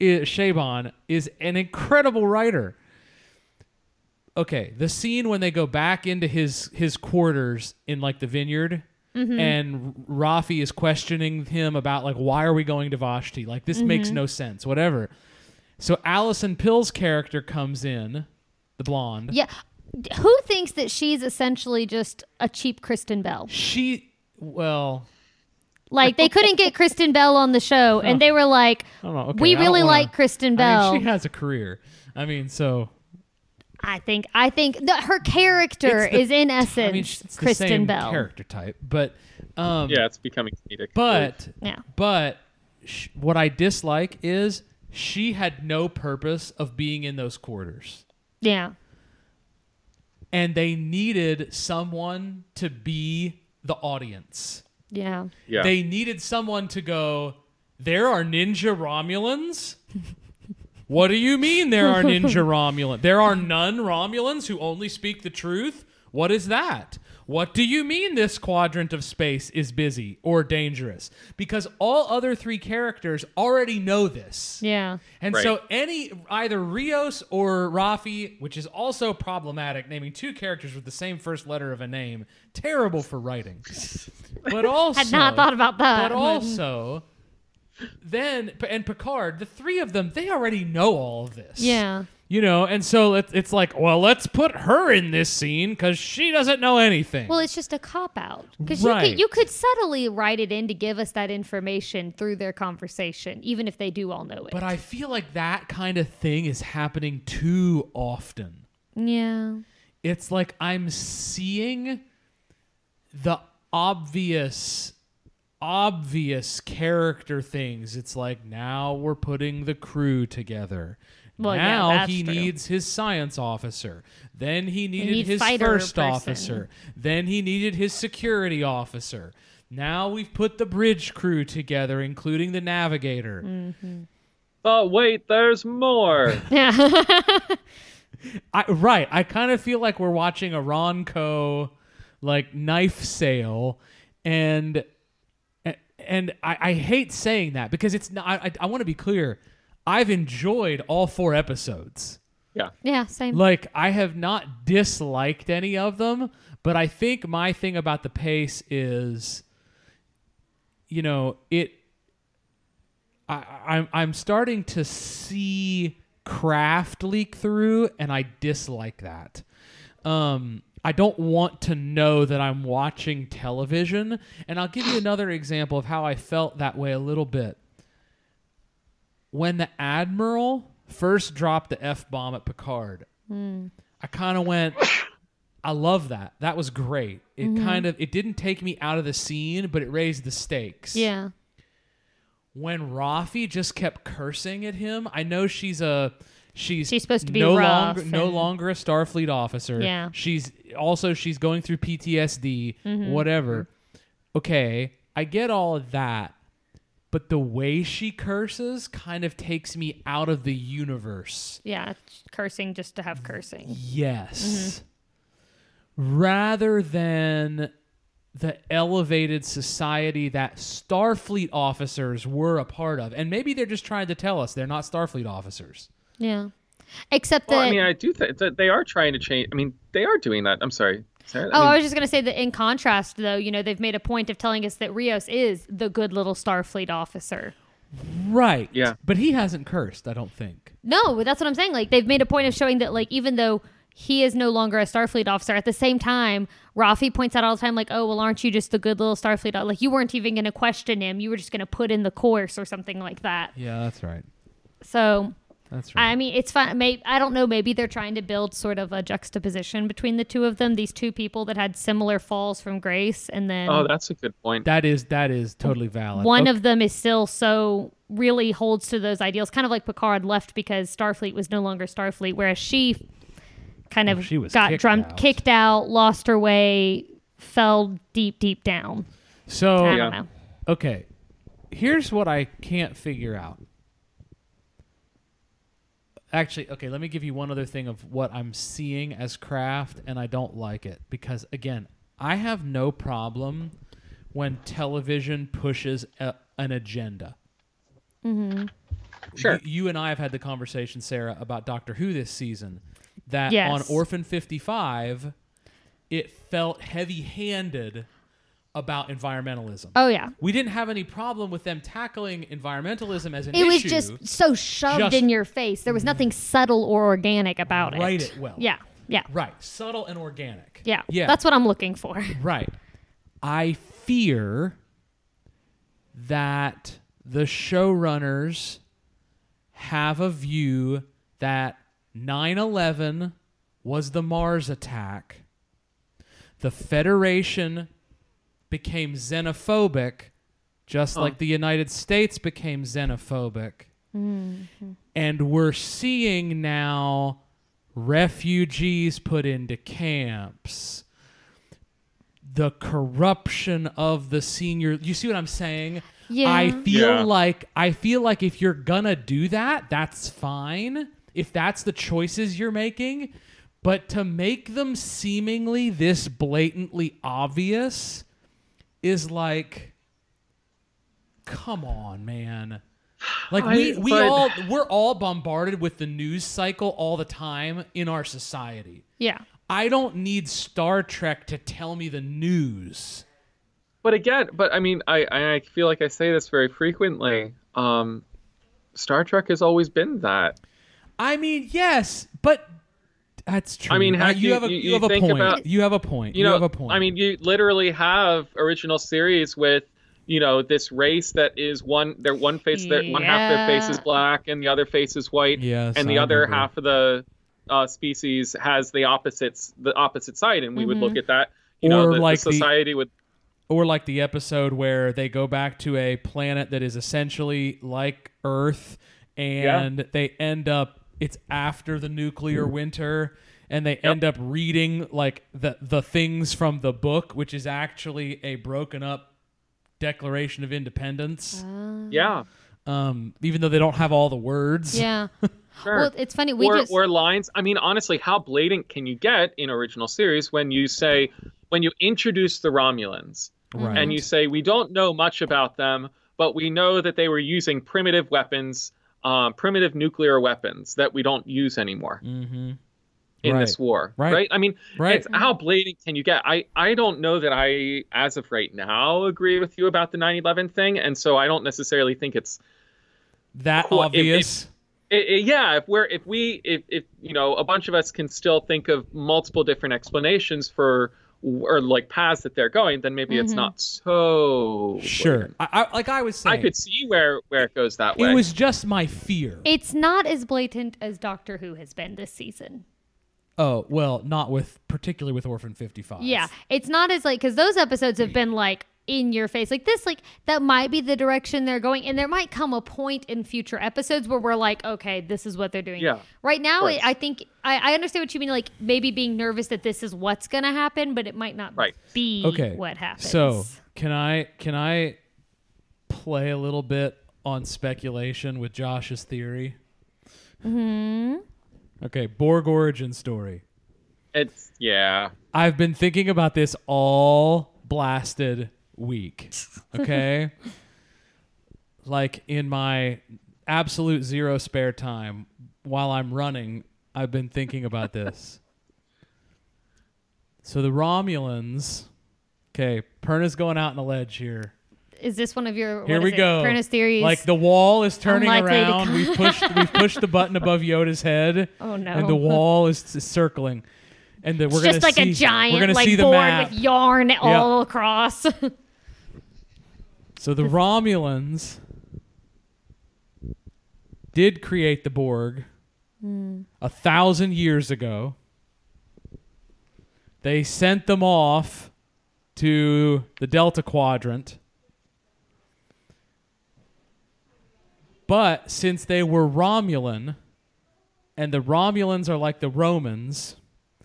is, Chabon is an incredible writer. Okay, the scene when they go back into his his quarters in like the vineyard. And Rafi is questioning him about like why are we going to Vashti? Like this makes no sense. Whatever. So Allison Pill's character comes in, the blonde.
Yeah. Who thinks that she's essentially just a cheap Kristen Bell?
She well,
Like they couldn't get Kristen Bell on the show, and they were like,
I don't know. Okay,
"We
I don't
really
wanna-
like Kristen
I
Bell."
mean, she has a career. I mean, so
I think, I think that her character
It's the-
is in essence
I mean, sh- it's
Kristen
the same
Bell.
character type, but um,
Yeah, it's becoming comedic.
but
Yeah.
but sh- what I dislike is she had no purpose of being in those quarters.
Yeah,
and they needed someone to be the audience.
yeah,
yeah.
They needed someone to go, there are ninja Romulans? what do you mean there are ninja Romulans? There are none Romulans who only speak the truth? What is that? What do you mean this quadrant of space is busy or dangerous? Because all other three characters already know this.
Yeah.
And
Right.
so any either Rios or Rafi, which is also problematic, naming two characters with the same first letter of a name, terrible for writing. But also
Had not thought about that.
But also then and Picard, the three of them, they already know all of this.
Yeah.
You know, and so it, it's like, well, let's put her in this scene because she doesn't know anything.
Well, it's just a cop out because you
Right.
could you could subtly write it in to give us that information through their conversation, even if they do all know it.
but I feel like that kind of thing is happening too often.
yeah,
it's like I'm seeing the obvious obvious character things. It's like now we're putting the crew together.
Well, yeah,
now
that's
he
true.
needs his science officer. Then he needed
need
his
fighter
first
person.
officer. Then he needed his security officer. Now we've put the bridge crew together, including the navigator.
Mm.
But wait, there's more.
yeah,
I right. I kind of feel like we're watching a Ronco like knife sale, and and I, I hate saying that because it's not. I, I want to be clear. I've enjoyed all four episodes.
yeah, same.
Like I have not disliked any of them, but I think my thing about the pace is, you know, it. I, I- I'm I'm starting to see craft leak through, and I dislike that. Um, I don't want to know that I'm watching television, and I'll give you another example of how I felt that way a little bit when the admiral first dropped the f bomb at Picard, I kind of went, I love that. That was great. It kind of it didn't take me out of the scene, but it raised the stakes.
yeah,
When Rafi just kept cursing at him, I know she's a she's
She's supposed to be
no
rough
longer no
and-
longer a Starfleet officer.
Yeah.
She's also she's going through PTSD,
Mm-hmm.
whatever. Okay, I get all of that but the way she curses kind of takes me out of the universe.
yeah. Cursing just to have cursing.
Yes. Mm-hmm. Rather than the elevated society that Starfleet officers were a part of. And maybe they're just trying to tell us they're not Starfleet officers.
Yeah, except that.
well, I mean, I do think that they are trying to change. I mean, they are doing that. I'm sorry. Sarah,
Oh,
I
I
mean,
was just gonna say that in contrast, though, you know, they've made a point of telling us that Rios is the good little Starfleet officer.
Right.
Yeah.
But he hasn't cursed, I don't think.
No, that's what I'm saying. Like they've made a point of showing that, like, even though he is no longer a Starfleet officer, at the same time, Rafi points out all the time, like, oh well, aren't you just the good little Starfleet? o- Like you weren't even gonna question him. You were just gonna put in the course or something like that.
Yeah, that's right.
So.
That's right.
I mean, it's fun. Maybe I don't know. Maybe they're trying to build sort of a juxtaposition between the two of them. These two people that had similar falls from grace, and then
oh, that's a good point.
that is that is totally valid.
one
Okay.
of them is still so really holds to those ideals, kind of like Picard left because Starfleet was no longer Starfleet, whereas she kind of
Well, she was
got
kicked
drummed,
out.
kicked out, lost her way, fell deep, deep down.
so
I
Oh, Yeah.
don't know.
Okay. Here's what I can't figure out. Actually, okay, let me give you one other thing of what I'm seeing as craft and I don't like it because again, I have no problem when television pushes a, an agenda.
Mm-hmm.
Sure.
You, you and I have had the conversation, Sarah, about Doctor Who this season that
Yes.
on Orphan 55 it felt heavy-handed about environmentalism.
Oh yeah,
We didn't have any problem with them tackling environmentalism as an
it was
issue.
just so shoved
Just-
in your face. There was nothing subtle or organic about it.
Write it well.
Yeah, yeah,
right, subtle and organic.
yeah.
yeah.
That's what I'm looking for.
right. I fear that the showrunners have a view that 9/11 was the Mars attack. The Federation became xenophobic, just like the United States became xenophobic. And we're seeing now refugees put into camps. The corruption of the senior. You see what I'm saying?
Yeah.
I feel
Yeah.
like I feel like if you're gonna do that, that's fine. If that's the choices you're making, But to make them seemingly this blatantly obvious is like, come on, man. Like we,
I-
we
but-
all we're all bombarded with the news cycle all the time in our society.
Yeah.
I don't need Star Trek to tell me the news.
But again, but I mean, I I feel like I say this very frequently. Um, Star Trek has always been that.
I mean, yes, but that's true.
I mean, how
Uh,
do
you
you-
have a
you-
you,
you
have a
think
point.
about-
you have a point.
you know,
have a point.
I mean, you literally have original series with, you know, this race that is one their one face their one half of their face is
Yeah.
black and the other face is white,
Yes,
and the
I
other
remember.
half of the uh, species has the opposites the opposite side, and we
Mm-hmm.
would look at that. You
Or
know, the,
like the-
the society with
or like the episode where they go back to a planet that is essentially like Earth, and they end up. It's after the nuclear winter, and they end up reading like the the things from the book, which is actually a broken up Declaration of Independence.
yeah,
Um, even though they don't have all the words.
Yeah.
sure.
well, it's funny. We
or,
just
or lines. I mean, honestly, how blatant can you get in original series when you say when you introduce the Romulans
Right.
and you say we don't know much about them, but we know that they were using primitive weapons, um, primitive nuclear weapons that we don't use anymore
Mm-hmm.
in
Right.
this war,
Right.
I mean,
Right.
it's how blatant can you get? I I don't know that I, as of right now, agree with you about the 9/11 thing, and so I don't necessarily think it's
That
Well, if- if-
obvious.
it, it- yeah, if we're if we if, if you know a bunch of us can still think of multiple different explanations for or like paths that they're going, then maybe it's not so
Sure.
blatant.
I, I, like I was
I
saying,
could see where where it goes that way.
it was just my fear.
it's not as blatant as Doctor Who has been this season.
oh well, not with particularly with Orphan Fifty Five.
Yeah, it's not as like because those episodes
Mm.
have been like in your face like this like that might be the direction they're going and there might come a point in future episodes where we're like okay this is what they're doing
Yeah,
right now
course.
it, i think I, I understand what you mean like maybe being nervous that this is what's gonna happen but it might not
Right.
be
Okay.
what happens
So can I can I play a little bit on speculation with Josh's theory?
Mm-hmm.
Hmm. Okay, Borg origin story.
it's yeah.
I've been thinking about this all blasted week. Okay. like in my absolute zero spare time while I'm running, I've been thinking about this. so the Romulans, okay, Perna's going out on a ledge here.
is this one of your
Here
what
we
is it,
go.
Cronus theories
Like the wall is turning
Unlikely to
around.
come.
We've pushed we've pushed the button above Yoda's head.
Oh, no.
And the wall is, is circling. And the, we're
it's just
gonna
like
see,
a giant
We're gonna
like
see the
board
map.
with yarn all across
so the Romulans did create the Borg a thousand years ago. They sent them off to the Delta Quadrant. But since they were Romulan, and the Romulans are like the Romans,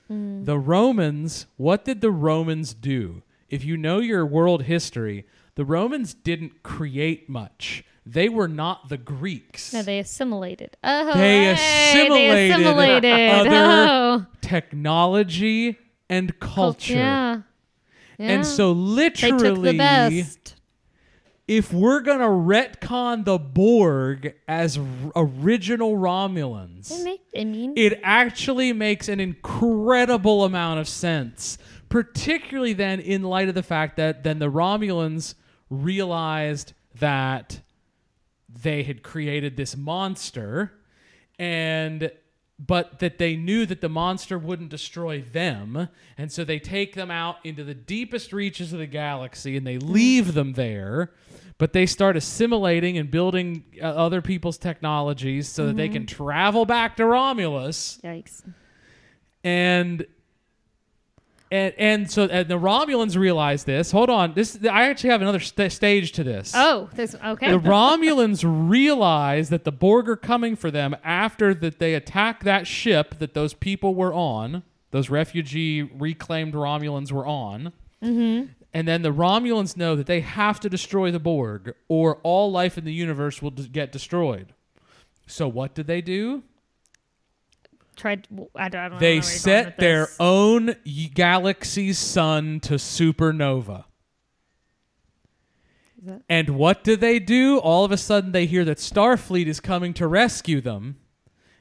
Hmm.
the Romans, what did the Romans do? If you know your world history, the Romans didn't create much. They were not the Greeks.
no they assimilated
They
oh hey, they
assimilated
assimilated
other
oh
Technology and culture.
yeah Yeah.
And so
They took the
literally
best.
if we're going to retcon the Borg as r- original Romulans,
They make- I mean,
it actually makes an incredible amount of sense, particularly then in light of the fact that then the Romulans realized that they had created this monster and but that they knew that the monster wouldn't destroy them and so they take them out into the deepest reaches of the galaxy and they leave them there but they start assimilating and building uh, other people's technologies so that they can travel back to Romulus
yikes.
and and and so and the Romulans realize this hold on this I actually have another st- stage to this
Oh, there's okay.
the Romulans realize that the Borg are coming for them after that they attack that ship that those people were on, those refugee reclaimed Romulans were on. Mm-hmm. And then the Romulans know that they have to destroy the Borg or all life in the universe will d- get destroyed. So what did they do?
tried. I don't, I don't know.
They
where we're going with
set their
this.
own y- galaxy's sun to supernova.
that-
And what do they do? All of a sudden, they hear that Starfleet is coming to rescue them.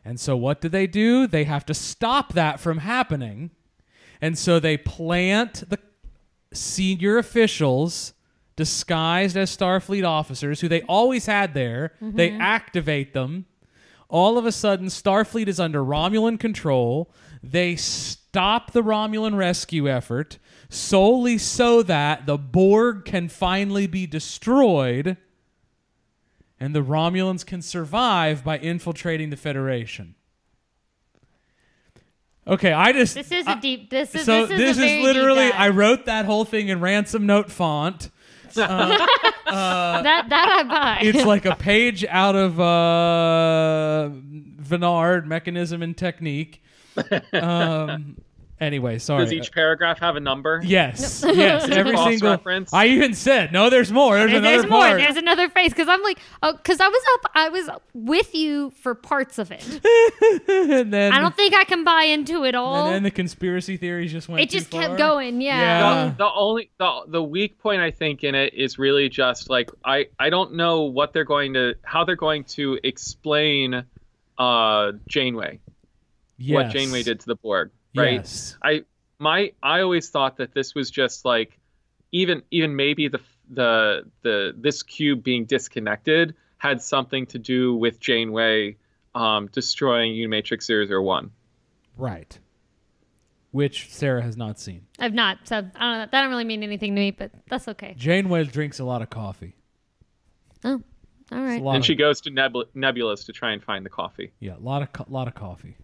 And so, what do they do? They have to stop that from happening. And so, they plant the senior officials disguised as Starfleet officers, who they always had there.
Mm-hmm.
They activate them. All of a sudden, Starfleet is under Romulan control. They stop the Romulan rescue effort solely so that the Borg can finally be destroyed and the Romulans can survive by infiltrating the Federation. Okay, I just.
This is
I-
a deep. This is
Uh, so
this is,
this
a very
is
deep
literally I
dive.
wrote that whole thing in ransom note font.
that that I buy.
It's like a page out of uh, Vinard Mechanism and Technique. Um, anyway, sorry.
Does each paragraph have a number?
yes, yes, every
Cross
single.
reference?
I even said no. There's more. There's
There's,
another
more.
part.
There's another phrase because I'm like, oh, because I was up, I was with you for parts of it.
and then
I don't think I can buy into it all.
and then the conspiracy theories just went.
it
too
just kept
far.
going.
The,
Yeah.
Yeah.
the only the, the weak point I think in it is really just like I I don't know what they're going to how they're going to explain uh Janeway what
Yes.
Janeway did to the Borg right
Yes.
I my I always thought that this was just like even even maybe the the the this cube being disconnected had something to do with Janeway um, destroying Unimatrix 001.
Right. Which Sarah has not seen.
I've not. So I don't know. That don't really mean anything to me, but that's okay.
Janeway drinks a lot of coffee.
Oh, all
It's
right.
a lot
And
of-
she goes to Nebula, Nebulas to try and find the coffee.
Yeah, a lot of co- lot of coffee.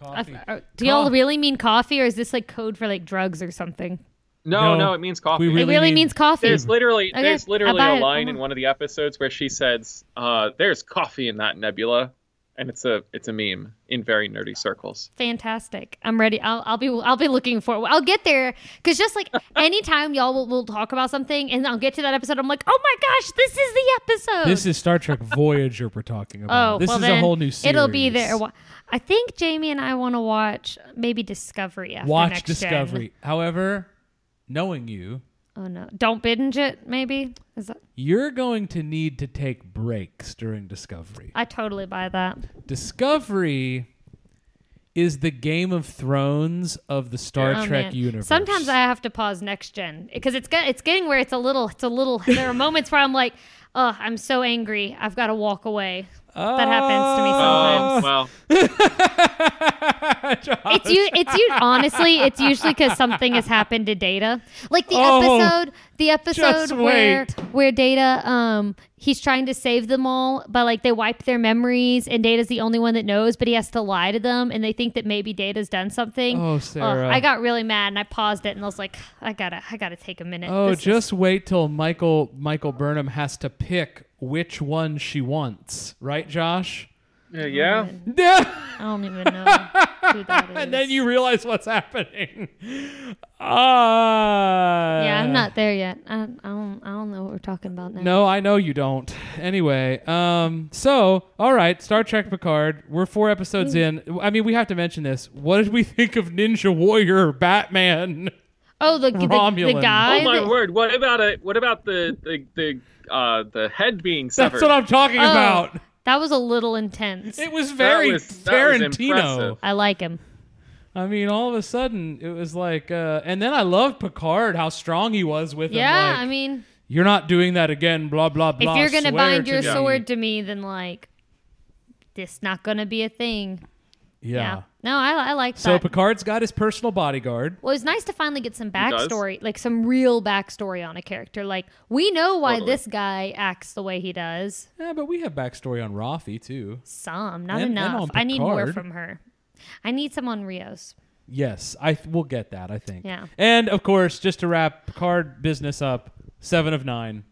I-
Coffee.
I- Do y'all
Coffee.
really mean coffee, or is this like code for like drugs or something?
No,
No.
no, it means coffee.
We
It
Really
really
mean-
means coffee.
there's literally
Okay,
there's
I
literally
buy
a
it.
line
Uh-huh.
in one of the episodes where she says, uh, "There's coffee in that nebula," and it's a it's a meme in very nerdy circles.
Fantastic. I'm ready. I'll, I'll be I'll be looking for. I'll get there because just like anytime y'all will, will talk about something and I'll get to that episode, I'm like, oh my gosh, this is the episode.
This is Star Trek Voyager we're talking about.
oh,
this
well
is
then
a whole new series.
It'll be there. Wa- I think Jamie and I want to watch maybe Discovery after
Watch
next Gen.
Discovery. However, knowing you,
Oh no, don't binge it. Maybe is that,
you're going to need to take breaks during Discovery.
I totally buy that.
Discovery is the Game of Thrones of the Star
Oh,
Trek
man.
universe.
Sometimes I have to pause next gen because it's get, it's getting where it's a little it's a little. There are moments where I'm like, oh, I'm so angry. I've got to walk away. that happens to me sometimes.
Oh well,
It's you. It's you. Honestly, it's usually because something has happened to Data. Like the
Oh,
episode, the
just
episode where
wait.
where Data, um, he's trying to save them all, but like they wipe their memories, and Data's the only one that knows, but he has to lie to them, and they think that maybe Data's done something.
Oh,
Ugh,
Sarah.
I got really mad, and I paused it, and I was like, I gotta, I gotta take a minute.
Oh,
This is-
just wait till Michael Michael Burnham has to pick which one she wants, right, Josh?
yeah, uh, yeah.
Yeah.
I don't even know who that is.
and then you realize what's happening. Ah.
Yeah, I'm not there yet. I, I don't, I don't know what we're talking about now.
No, I know you don't. Anyway, um, so all right, Star Trek Picard. We're four episodes in. I mean, we have to mention this. What did we think of Ninja Warrior Batman?
Oh, the the, the
Romulan.
guy.
Oh my
that-
word! What about it? What about the the the uh, the head being severed?
That's what I'm talking
Oh,
about.
That was a little intense.
It was very
was- that was
Tarantino.
impressive.
I like him.
I mean, all of a sudden, it was like, uh, and then I love Picard, how strong he was with him.
Yeah,
like,
I mean,
you're not doing that again. Blah blah
if
blah.
you're gonna
swear
bind
to
your
me."
sword to me, then like, this not gonna be a thing.
yeah.
Yeah. No, I I like
So
that.
Picard's got his personal bodyguard.
well, it's nice to finally get some
does.
backstory, like some real backstory on a character. Like we know why
Totally.
this guy acts the way he does.
Yeah, but we have backstory on Rafi too.
Some, not
And- and
enough.
on
I need more
Picard.
from her. I need some on Rios.
Yes, I th- we'll get that. I think.
Yeah.
And of course, just to wrap Picard business up, seven of nine.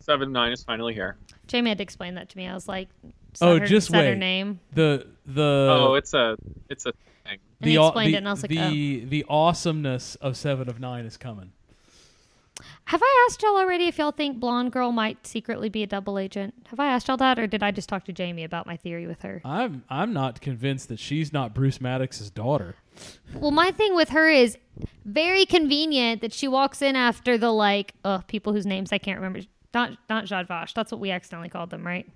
Seven Nine is finally here.
Jamie had to explain that to me. I was like, said
Oh,
her-
just
said her
wait.
name.
The the
Oh, it's a it's a thing.
And he
au-
"Oh." explained it, and I was like,
the, the awesomeness of seven of nine is coming.
Have I asked y'all already if y'all think Blonde Girl might secretly be a double agent? Have I asked y'all that, or did I just talk to Jamie about my theory with her?
I'm I'm not convinced that she's not Bruce Maddox's daughter.
Well, my thing with her is very convenient that she walks in after the like, oh, people whose names I can't remember. Not not Jadvash. That's what we accidentally called them, right?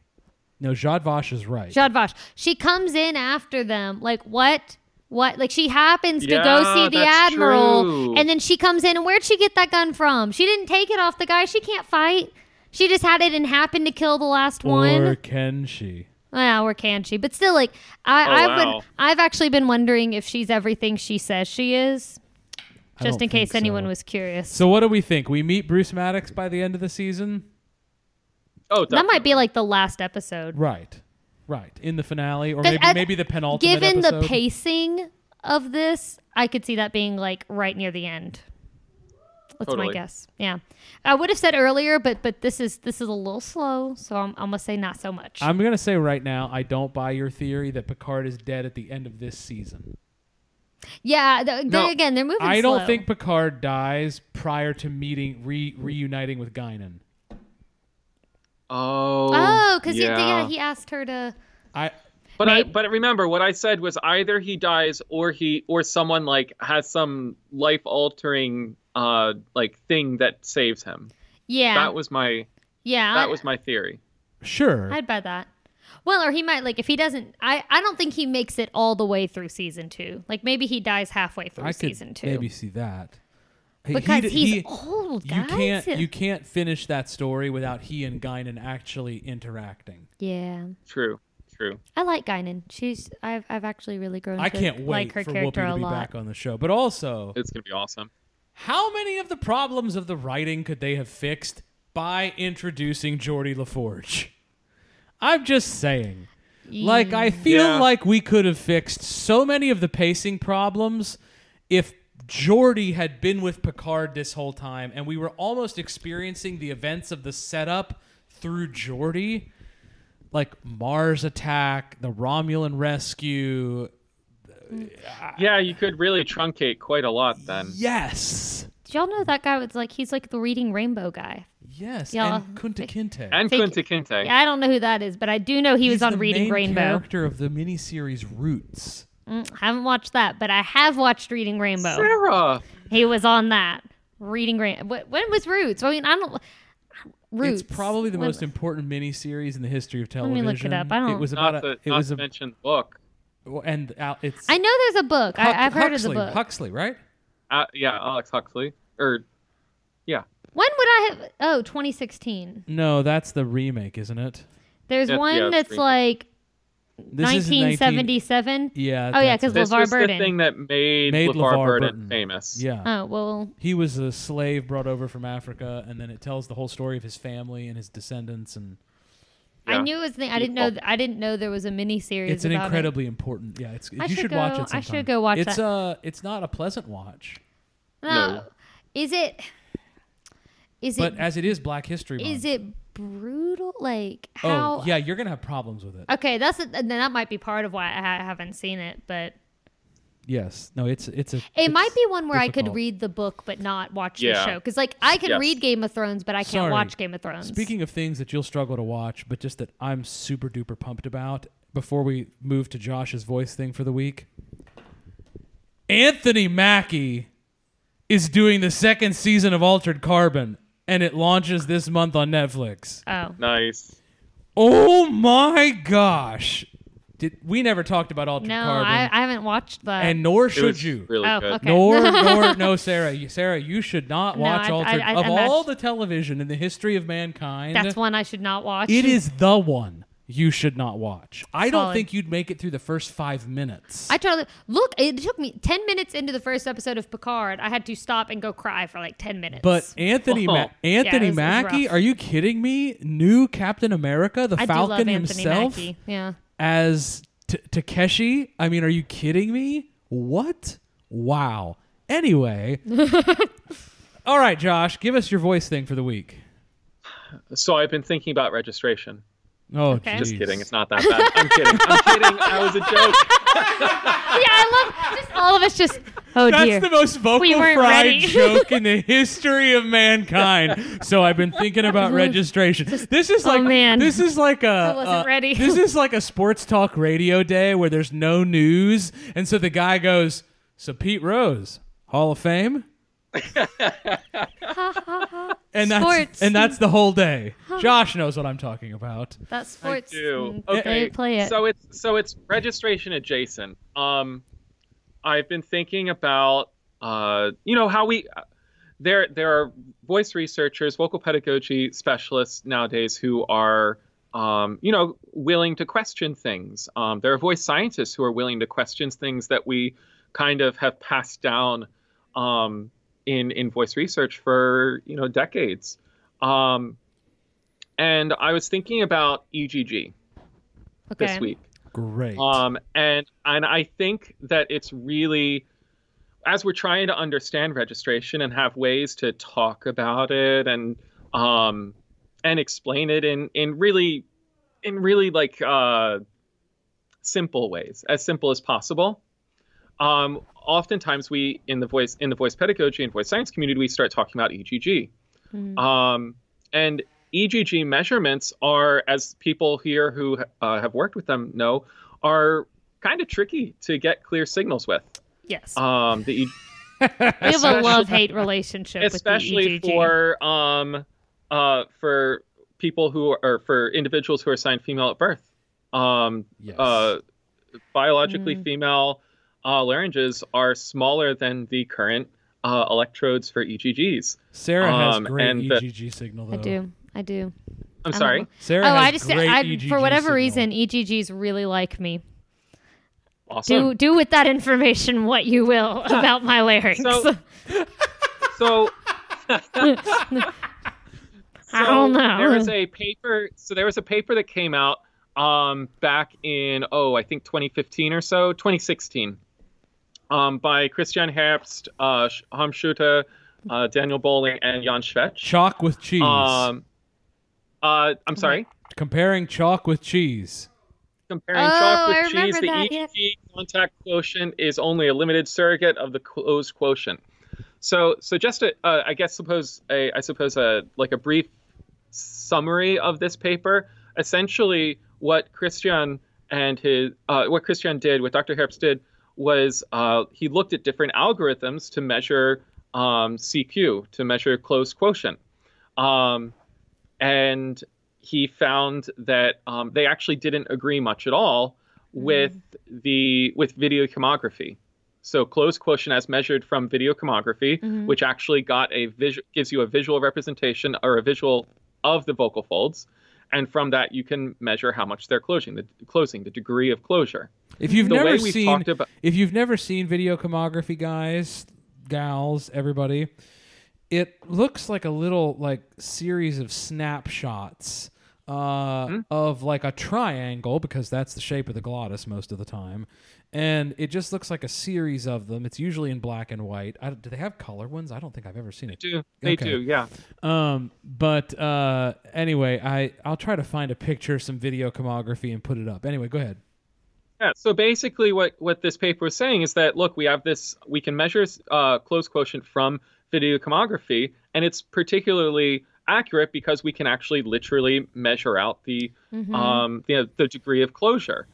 No, Jadvash is right.
Jadvash. She comes in after them. Like what? What? Like she happens to go
Yeah,
see the
that's
admiral,
true.
and then she comes in. And where'd she get that gun from? She didn't take it off the guy. She can't fight. She just had it and happened to kill the last one.
or can she?
Yeah, or can she? But still, like I,
Oh,
I
wow.
would. I've actually been wondering if she's everything she says she is,
I
just
don't
in case
think
anyone
so.
was curious.
So what do we think? We meet Bruce Maddox by the end of the season,
Oh,
that might be like the last episode.
right? Right in the finale, or
But
maybe
I-
maybe the penultimate.
Given the
episode?
pacing of this, I could see that being like right near the end. That's my
Totally.
guess. Yeah, I would have said earlier, but but this is this is a little slow, so I'm, I'm gonna say not so much.
I'm gonna say right now, I don't buy your theory that Picard is dead at the end of this season.
yeah, th-
No,
they're, again, they're moving.
I don't
slow.
think Picard dies prior to meeting re- reuniting with Guinan.
Oh.
Oh, because yeah. he asked her to.
I
But I,
Maybe-
but remember what I said was either he dies or he or someone like has some life altering uh like thing that saves him.
Yeah,
That was my
yeah.
that was my theory.
sure.
I'd buy that. Well, or he might like if he doesn't. I I don't think he makes it all the way through season two. Like maybe he dies halfway through
I could
season two.
maybe see that. He- he
because
d-
he's
he-
old,
You
guys.
can't you can't finish that story without he and Guinan actually interacting.
yeah,
True. True.
I like Guinan. She's I've I've actually really grown.
I
to
can't wait
like her
for Whoopi
character
to
a
be
lot.
back on the show. But also,
It's going to be awesome.
how many of the problems of the writing could they have fixed by introducing Geordie LaForge? I'm just saying. Like I feel
Yeah.
like we could have fixed so many of the pacing problems if Geordie had been with Picard this whole time and we were almost experiencing the events of the setup through Geordie. Like Mars attack, the Romulan rescue.
Uh,
Yeah, you could really truncate quite a lot then.
Yes.
Did y'all know that guy was like he's like the reading rainbow guy?
Yes.
Yeah.
And Kunta Kinte.
And
Take-
Kunta Kinte.
Yeah, I don't know who that is, but I do know he
He's
was on
the
Reading
main
Rainbow.
character of the miniseries Roots.
Mm, haven't watched that, but I have watched Reading Rainbow.
Sarah.
He was on that reading grant. Wh- When was Roots? I mean, I don't. Roots.
It's probably the
When-
most important miniseries in the history of
me
television.
look it up. I don't-
was
Not,
about a,
to,
it
not
was
to
a,
mention the book.
and Al, it's
I know there's a book.
Huck-
I, I've heard
Huxley,
of the book.
Huxley, right?
Uh, yeah, Alex Huxley. Or yeah.
when would I have? Oh, 2016.
No, that's the remake, isn't it?
There's
That's-
one
yeah, it's
that's
recent.
like
This is
1977.
yeah.
Oh, yeah,
that's
'cause
it.
This
LeVar
was
Burton.
the thing that made,
Made
LeVar,
LeVar
Burton,
Burton.
famous.
yeah.
Oh well,
he was a slave brought over from Africa, and then it tells the whole story of his family and his descendants, and
I
Yeah.
knew it was. The, I didn't know. th- I didn't know there was a mini series.
it's an
about it.
incredibly important. Yeah, it's
I
you
should
should watch
go-
it. Sometime.
I should go watch
It's
that.
uh, it's not a pleasant watch,
No.
No.
Is it? Is
but
it?
as it is Black History Month.
Is it brutal? Like
Oh
how?
yeah, you're gonna have problems with it.
Okay, that's a, and that might be part of why I ha- haven't seen it, but
yes, no, it's it's a.
It
it's
might be one where I
difficult.
could read the book but not watch
Yeah.
the show because, like, I can
Yes.
read Game of Thrones but I can't
Sorry.
watch Game of Thrones.
Speaking of things that you'll struggle to watch, but just that I'm super duper pumped about, before we move to Josh's voice thing for the week, Anthony Mackie is doing the second season of Altered Carbon, and it launches this month on Netflix.
oh,
Nice.
Oh my gosh! Did we never talked about Altered
no,
Carbon?
I, I haven't watched that.
and nor
It
should
was
you.
really
Oh,
good.
okay.
Nor, nor, no, Sarah. You, Sarah, you should not
No,
watch
I-
Altered.
I- I-
of
I'm not-
all the television in the history of mankind,
that's one I should not watch.
It is the one you should not watch. I don't
Solid.
think you'd make it through the first five minutes.
I totally look. It took me ten minutes into the first episode of Picard. I had to stop and go cry for like ten minutes.
but Anthony Ma-
Oh.
Anthony
Yeah, it was- it was
Mackie,
rough.
are you kidding me? New Captain America, the
I do love
Falcon
Anthony
himself
Mackie. Yeah,
as T- Takeshi. I mean, are you kidding me? What? Wow. Anyway, all right, Josh, give us your voice thing for the week.
So I've been thinking about registration.
Oh,
Okay.
geez.
Just kidding. It's not that bad. I'm kidding. I'm kidding. I was a joke.
Oh, yeah. I love just all of us just Oh
That's
dear.
the most vocal
We weren't
fry
ready.
joke in the history of mankind. So I've been thinking about registration. This is
oh,
like
man.
this is like a
wasn't
uh,
ready.
this is like a sports talk radio day where there's no news, and so the guy goes, "So Pete Rose, Hall of Fame." and that's
Sports.
and that's the whole day. Josh knows what I'm talking about.
That's sports.
do.
Mm,
Okay.
They play it.
So it's so it's registration adjacent. Um, I've been thinking about uh, you know how we there there are voice researchers, vocal pedagogy specialists nowadays who are um, you know willing to question things. Um, there are voice scientists who are willing to question things that we kind of have passed down um, in in voice research for you know decades. Um, and I was thinking about E EGG
okay.
this week.
Great.
Um, and and I think that it's really as we're trying to understand registration and have ways to talk about it and um and explain it in in really in really like uh simple ways as simple as possible um oftentimes we in the voice in the voice pedagogy and voice science community we start talking about egg um, and EGG measurements are, as people here who uh, have worked with them know, are kind of tricky to get clear signals with.
Yes.
Um, the,
we have a
especially-
love hate relationship
especially
with the E EGG.
for um, uh, for people who are for individuals who are assigned female at birth. Um,
Yes.
uh, biologically female uh, larynges are smaller than the current uh, electrodes for EGGs.
Sarah has
um,
great
and the-
EGG signal though.
I do. I do.
I'm
I
sorry.
don't know.
Sarah
oh,
has
I just
great
I, for
EGG
whatever
signal.
reason EGGs really like me.
Awesome.
Do do with that information what you will about my larynx.
So- so
I don't know.
There was a paper. So there was a paper that came out um, back in oh, I think 2015 or so, 2016, um, by Christian Herbst, uh, Sh- Harm Schutte, uh, Daniel Bowling, and Jan Schwetz.
Chalk with cheese.
Um, uh, I'm sorry.
Comparing chalk with cheese.
Comparing
Oh,
chalk with
I
cheese,
remember
the
that,
EEG contact quotient is only a limited surrogate of the closed quotient. So, so just a, uh, I guess suppose a, I suppose a like a brief summary of this paper. Essentially, what Christian and his uh, what Christian did, what Dr. Herbst did, was uh, he looked at different algorithms to measure um, CQ, to measure closed quotient, um, and he found that um, they actually didn't agree much at all with the with video chemography. So closed quotient as measured from video chemography, which actually got a visual gives you a visual representation or a visual of the vocal folds, and from that you can measure how much they're closing, the closing, the degree of closure.
If you've
The
never
way we've
seen,
talked about-
if you've never seen video chomography, guys, gals, everybody, it looks like a little like series of snapshots uh,
Hmm?
of like a triangle because that's the shape of the glottis most of the time, and it just looks like a series of them. It's usually in black and white. I, don't- do they have color ones? I don't think I've ever seen it.
They do they
Okay.
do yeah?
Um, but uh, anyway, I I'll try to find a picture, some video chomography, and put it up. Anyway, go ahead.
Yeah. So basically, what what this paper was saying is that look, we have this, we can measure uh, closed quotient from video chomography, and it's particularly accurate because we can actually literally measure out the um the, the degree of closure.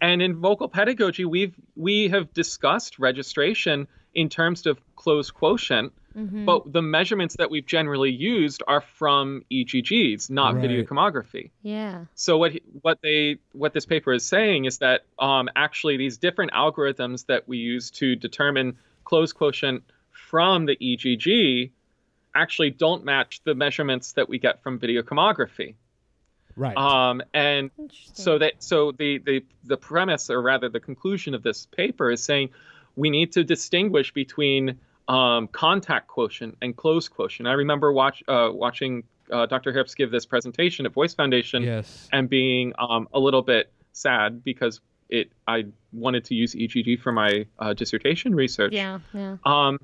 And in vocal pedagogy, we've we have discussed registration in terms of closed quotient, but the measurements that we've generally used are from EGGs, not video
Right.
chomography.
yeah.
So what he- what they what this paper is saying is that um, actually these different algorithms that we use to determine closed quotient from the EGG actually don't match the measurements that we get from video chomography.
Right.
Um, and
Interesting.
so that so the, the the premise or rather the conclusion of this paper is saying we need to distinguish between um, contact quotient and closed quotient. I remember watch uh, watching uh, Dr. Hips give this presentation at Voice Foundation
yes.
and being um, a little bit sad because it I wanted to use EGG for my uh, dissertation research.
yeah, yeah.
Um,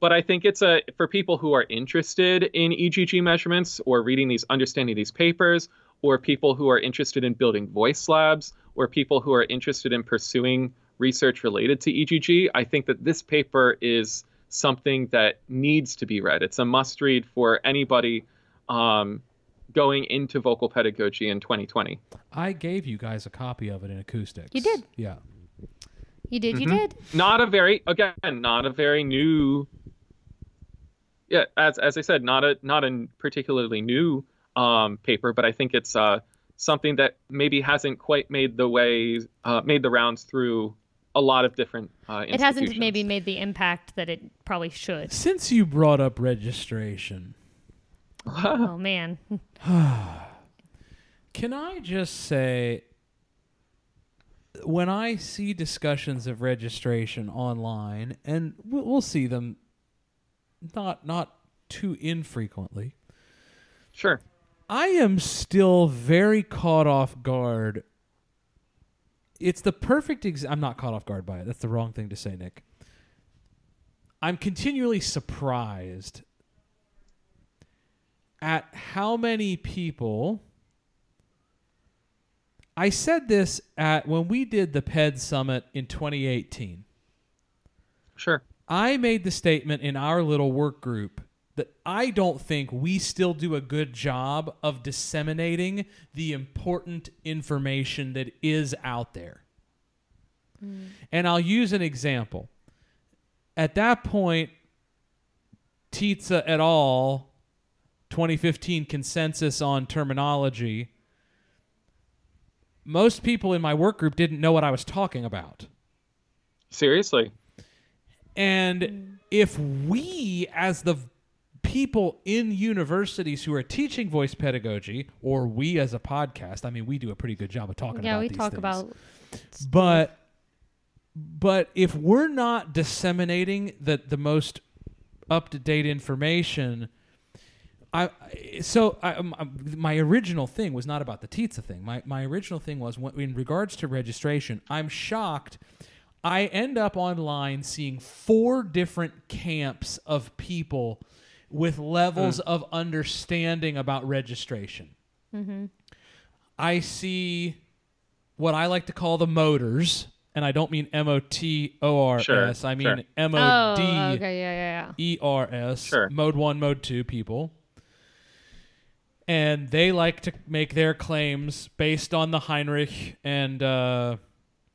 but I think it's a for people who are interested in EGG measurements or reading these, understanding these papers, or people who are interested in building voice labs, or people who are interested in pursuing research related to EGG, I think that this paper is something that needs to be read. It's a must read for anybody um, going into vocal pedagogy in 2020.
I gave you guys a copy of it in acoustics.
You did.
Yeah.
You did,
mm-hmm.
you did.
Not a very, again, not a very new. Yeah, as as I said, not a not a particularly new um, paper, but I think it's uh, something that maybe hasn't quite made the way uh, made the rounds through a lot of different. Uh,
It hasn't
institutions.
maybe made the impact that it probably should.
Since you brought up registration,
Uh-huh.
oh man,
Can I just say, when I see discussions of registration online, and we- we'll see them not not too infrequently,
Sure.
I am still very caught off guard. It's the perfect. Ex- I'm not caught off guard by it. That's the wrong thing to say, Nick. I'm continually surprised at how many people. I said this at when we did the PED summit in 2018.
Sure.
I made the statement in our little work group that I don't think we still do a good job of disseminating the important information that is out there. And I'll use an example. At that point, Tietze et al. 2015 consensus on terminology. Most people in my work group didn't know what I was talking about.
Seriously.
Hmm.
And if we, as the v- people in universities who are teaching voice pedagogy, or we as a podcast, I mean, we do a pretty good job of talking
yeah,
about
we
these
talk
things.
about
But but if we're not disseminating the the most up to date information, I I- so I, um, um, my original thing was not about the Tietze thing. My my original thing was when, in regards to registration. I'm shocked. I end up online seeing four different camps of people with levels
Hmm.
of understanding about registration. I see what I like to call the motors, and I don't mean M O T O R S.
Sure,
I
sure.
mean M
oh
O D.
okay yeah yeah yeah
E R S,
Sure.
mode one, mode two people. And they like to make their claims based on the Heinrich and uh,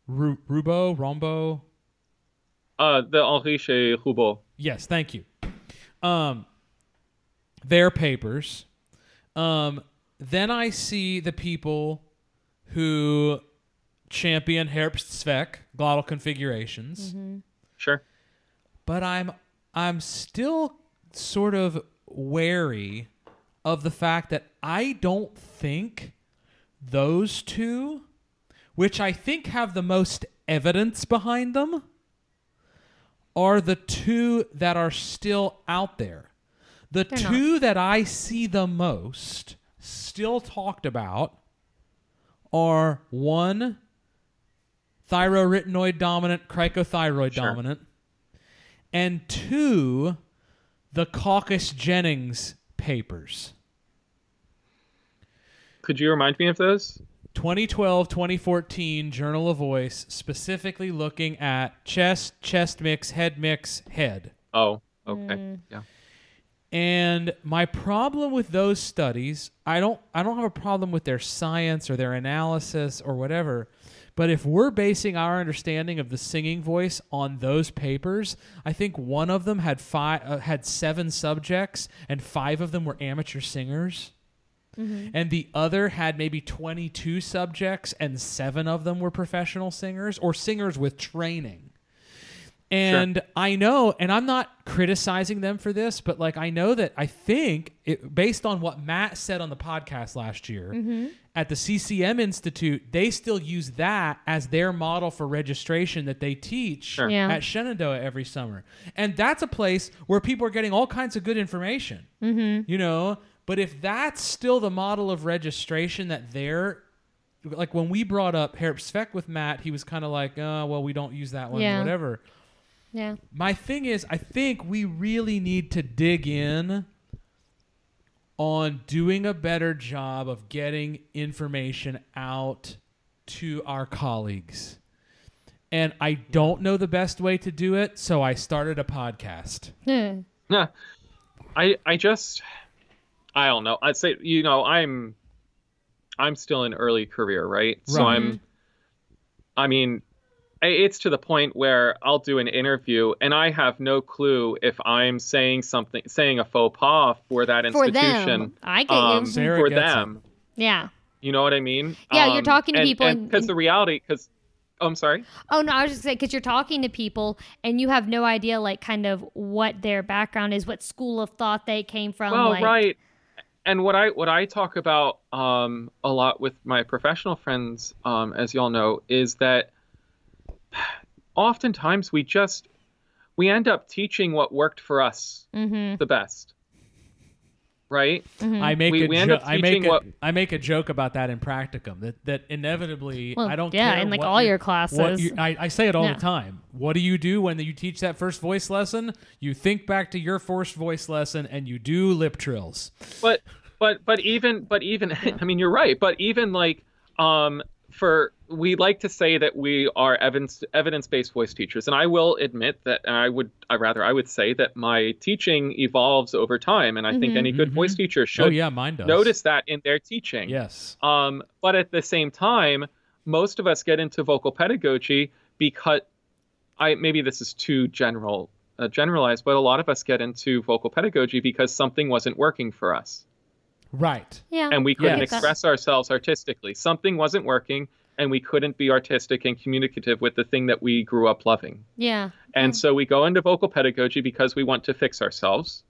Ru- Rubo, Rombo.
Uh, the Henri Chez Roubaud.
Yes, thank you. Um, their papers. Um, then I see the people who champion Herbst-Zweck glottal configurations.
Sure.
but I'm I'm still sort of wary of the fact that I don't think those two, which I think have the most evidence behind them, are the two that are still out there. The
not.
two that I see the most still talked about are one thyroretinoid dominant, cricothyroid
Sure.
dominant, and two, the Caucus Jennings papers.
Could you remind me of those?
2012 2014 Journal of Voice, specifically looking at chest, chest mix, head mix, head.
Oh, okay.
Mm.
Yeah.
And my problem with those studies, I don't I don't have a problem with their science or their analysis or whatever. But if we're basing our understanding of the singing voice on those papers, I think one of them had five uh, had seven subjects and five of them were amateur singers. And the other had maybe 22 subjects and 7 of them were professional singers or singers with training. And I know, and I'm not criticizing them for this, but like I know that I think, it, based on what Matt said on the podcast last year at the CCM Institute, they still use that as their model for registration that they teach
Yeah.
at Shenandoah every summer. And that's a place where people are getting all kinds of good information, mm-hmm. you know? But if that's still the model of registration that they're like when we brought up Herb Sveck with Matt, he was kind of like, oh, well, we don't use that one,
Yeah.
whatever.
yeah.
My thing is, I think we really need to dig in on doing a better job of getting information out to our colleagues. and I don't know the best way to do it, so I started a podcast.
Yeah.
Yeah. I I just I don't know. I'd say you know, I'm I'm still in early career, right? So
Right.
I'm I mean, i- it's to the point where I'll do an interview and I have no clue if I'm saying something saying a faux pas for that
For
institution.
them. I get
Um,
you. Mm-hmm.
Sarah
for
gets it.
them.
Yeah.
You know what I mean? Um,
Yeah, you're talking to
and,
people and-
because the reality because oh, I'm sorry.
Oh no, I was just saying because you're talking to people and you have no idea, like, kind of what their background is, what school of thought they came from.
well
like,
right and what i what i talk about um, a lot with my professional friends um, as y'all know is that oftentimes we just we end up teaching what worked for us
Mm-hmm.
the best right
Hmm.
I make
We-
a
we end
jo-
up
I make
teaching
a,
what-
I make a joke about that in practicum that that inevitably
Well,
I don't
yeah,
care
in, like,
what
all
you-
your
what
classes.
you- I, I say it all
Yeah.
the time. What do you do when you teach that first voice lesson? You think back to your first voice lesson and you do lip trills.
but but but even but even I mean you're right. But even like um for we like to say that we are evidence evidence based voice teachers, and I will admit that and I would I rather I would say that my teaching evolves over time, and I think any good voice teacher should
Oh yeah, mine does.
notice that in their teaching.
Yes.
Um, but at the same time, most of us get into vocal pedagogy because I maybe this is too general uh, generalized, but a lot of us get into vocal pedagogy because something wasn't working for us
Right.
Yeah.
and we couldn't
Yes.
express ourselves artistically. Something wasn't working, and we couldn't be artistic and communicative with the thing that we grew up loving.
Yeah.
And so we go into vocal pedagogy because we want to fix ourselves,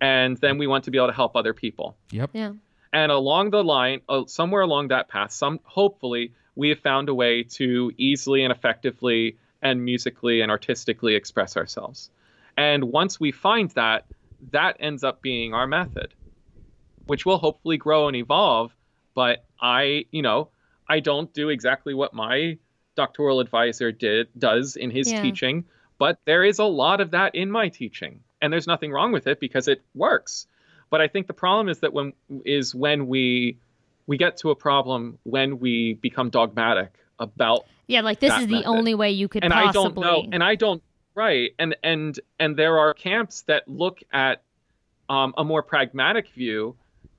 and then we want to be able to help other people.
Yep.
Yeah.
And along the line, uh, somewhere along that path, some hopefully we have found a way to easily and effectively and musically and artistically express ourselves. And once we find that, that ends up being our method, which will hopefully grow and evolve. But I, you know, I don't do exactly what my doctoral advisor did does in his
Yeah.
teaching, but there is a lot of that in my teaching. And there's nothing wrong with it because it works but I think the problem is that when is when we we get to a problem when we become dogmatic about
Yeah. Like this
That
is the
method.
only way you could
and
possibly.
I don't know and I don't right and and and there are camps that look at um, a more pragmatic view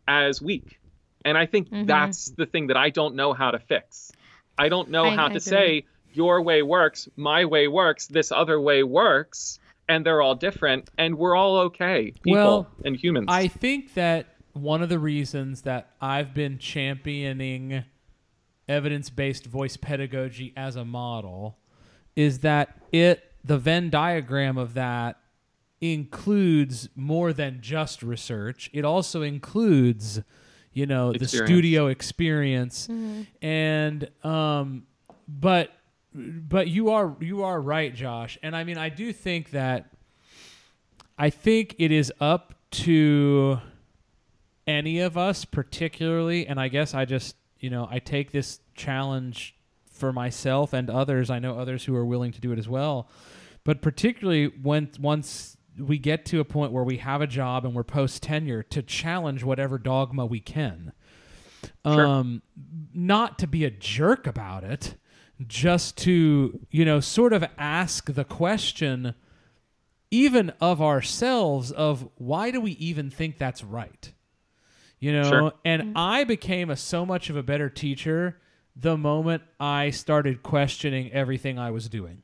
as weak and I think
Mm-hmm.
that's the thing that I don't know how to fix I don't know
I
how
agree.
to say your way works my way works this other way works and they're all different and we're all okay people
Well,
and humans
I think that one of the reasons that I've been championing evidence based voice pedagogy as a model is that it, the Venn diagram of that, includes more than just research. It also includes, you know, the
Experience.
studio experience. And, um, but, but you are you are right Josh and I mean I do think that I think it is up to any of us, particularly, and I guess I just, you know, I take this challenge for myself and others. I know others who are willing to do it as well. But particularly when once we get to a point where we have a job and we're post tenure, to challenge whatever dogma we can.
Sure.
Um, not to be a jerk about it, just to, you know, sort of ask the question even of ourselves of why do we even think that's right you know
Sure.
and i became a so much of a better teacher the moment i started questioning everything i was doing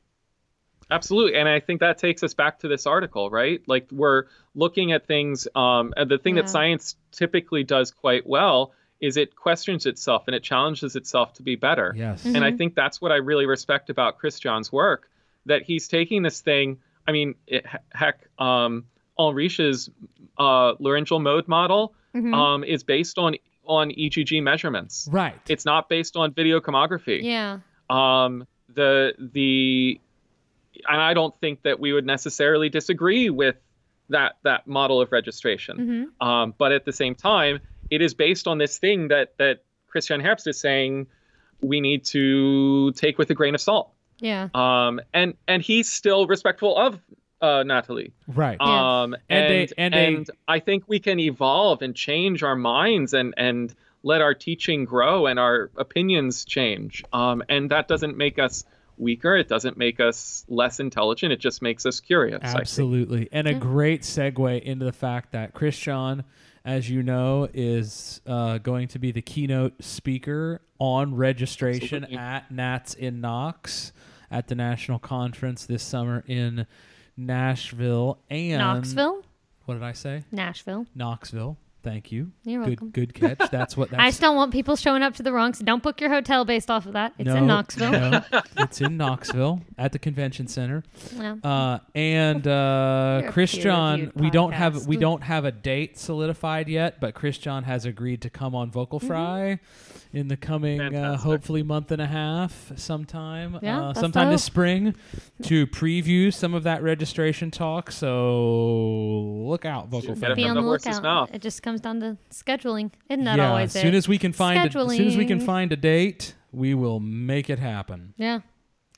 Absolutely, and I think that takes us back to this article, right? Like we're looking at things. Um, and the thing
Yeah.
that science typically does quite well is it questions itself and it challenges itself to be better.
yes
And I think that's what I really respect about Chris John's work, that he's taking this thing. I mean, it, he- heck, um, Ulrich's uh, laryngeal mode model um, is based on on EGG measurements.
right
It's not based on video tomography
Yeah.
um, the the and I don't think that we would necessarily disagree with that that model of registration. Um, but at the same time, it is based on this thing that that Christian Herbst is saying we need to take with a grain of salt.
Yeah.
Um, and and he's still respectful of uh, Natalie.
right
Yeah.
Um,
And
and
a- and
and,
a-
I think we can evolve and change our minds and and let our teaching grow and our opinions change. Um, and that doesn't make us weaker. It doesn't make us less intelligent. It just makes us curious. I think.
Absolutely. And a great segue into the fact that Christian, as you know, is uh, going to be the keynote speaker on registration
Absolutely.
at Nats in Knox at the national conference this summer in Nashville. And
Knoxville,
What did I say?
Nashville.
Knoxville. Thank you.
You're
good,
welcome.
Good catch. That's what that's
I just don't want people showing up to the wrong. So don't book your hotel based off of that. It's in
No,
Knoxville.
no, it's in Knoxville at the convention center.
No.
Uh, and uh,
You're a
Christian,
peer-reviewed
we don't have
podcast.
we don't have a date solidified yet, but Christian has agreed to come on Vocal
Mm-hmm.
Fry in the coming uh,
Fantastic.
hopefully month and a half sometime
Yeah,
uh,
that's
sometime this
dope.
spring to preview some of that registration talk. So look out, Vocal
Get
Fry.
it
Be
from
on
the
the
horse's
lookout.
mouth.
It just comes down to scheduling. Isn't that
yeah,
always
as soon
it?
as we can find a, as soon as we can
Scheduling.
find a date, we will make it happen.
yeah,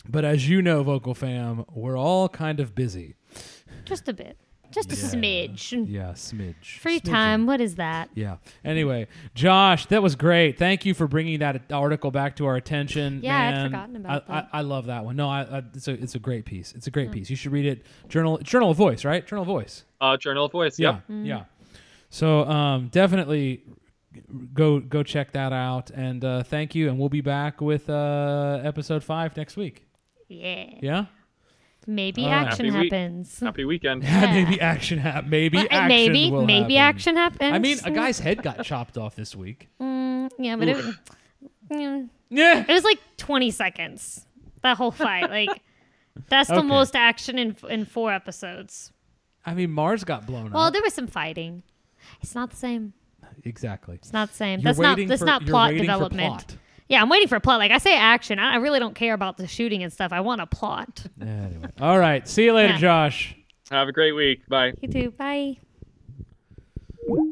But as you know, Vocal Fam, we're all kind of busy.
just a bit, just a
Yeah.
smidge.
Yeah, smidge.
Free
Smidgen.
time. What is that?
Yeah. Anyway, Josh, that was great. Thank you for bringing that article back to our attention.
Yeah, I'd
man.
forgotten about
I,
that. Mm.
I, I love that one. No, I, I, it's a it's a great piece. It's a great piece. You should read it. Journal Journal of Voice, right? Journal of Voice.
Uh, Journal of Voice.
Yeah,
Yep.
Mm-hmm.
yeah. So um, definitely go go check that out, and uh, thank you. And we'll be back with uh, episode five next week.
Yeah.
Yeah,
Maybe
All right.
action
Uh, Happy week.
happens.
Happy weekend.
maybe action hap. Maybe
Well,
action.
maybe
will
maybe
happen.
action happens.
I mean, a guy's head got chopped off this week.
Mm, yeah, but it, mm,
Yeah.
it was like 20 seconds. That whole fight, like that's the
Okay.
most action in in four episodes.
I mean, Mars got blown
Well,
up.
there was some fighting. It's not the same.
Exactly.
It's not the same.
You're
that's not
waiting
that's
for-
not
you're
plot
waiting for
development.
plot.
Yeah, I'm waiting for plot. Like I say, action. I, I really don't care about the shooting and stuff. I want a plot.
Anyway. All right. See you later,
Yeah.
Josh.
Have a great week. Bye.
You too. Bye.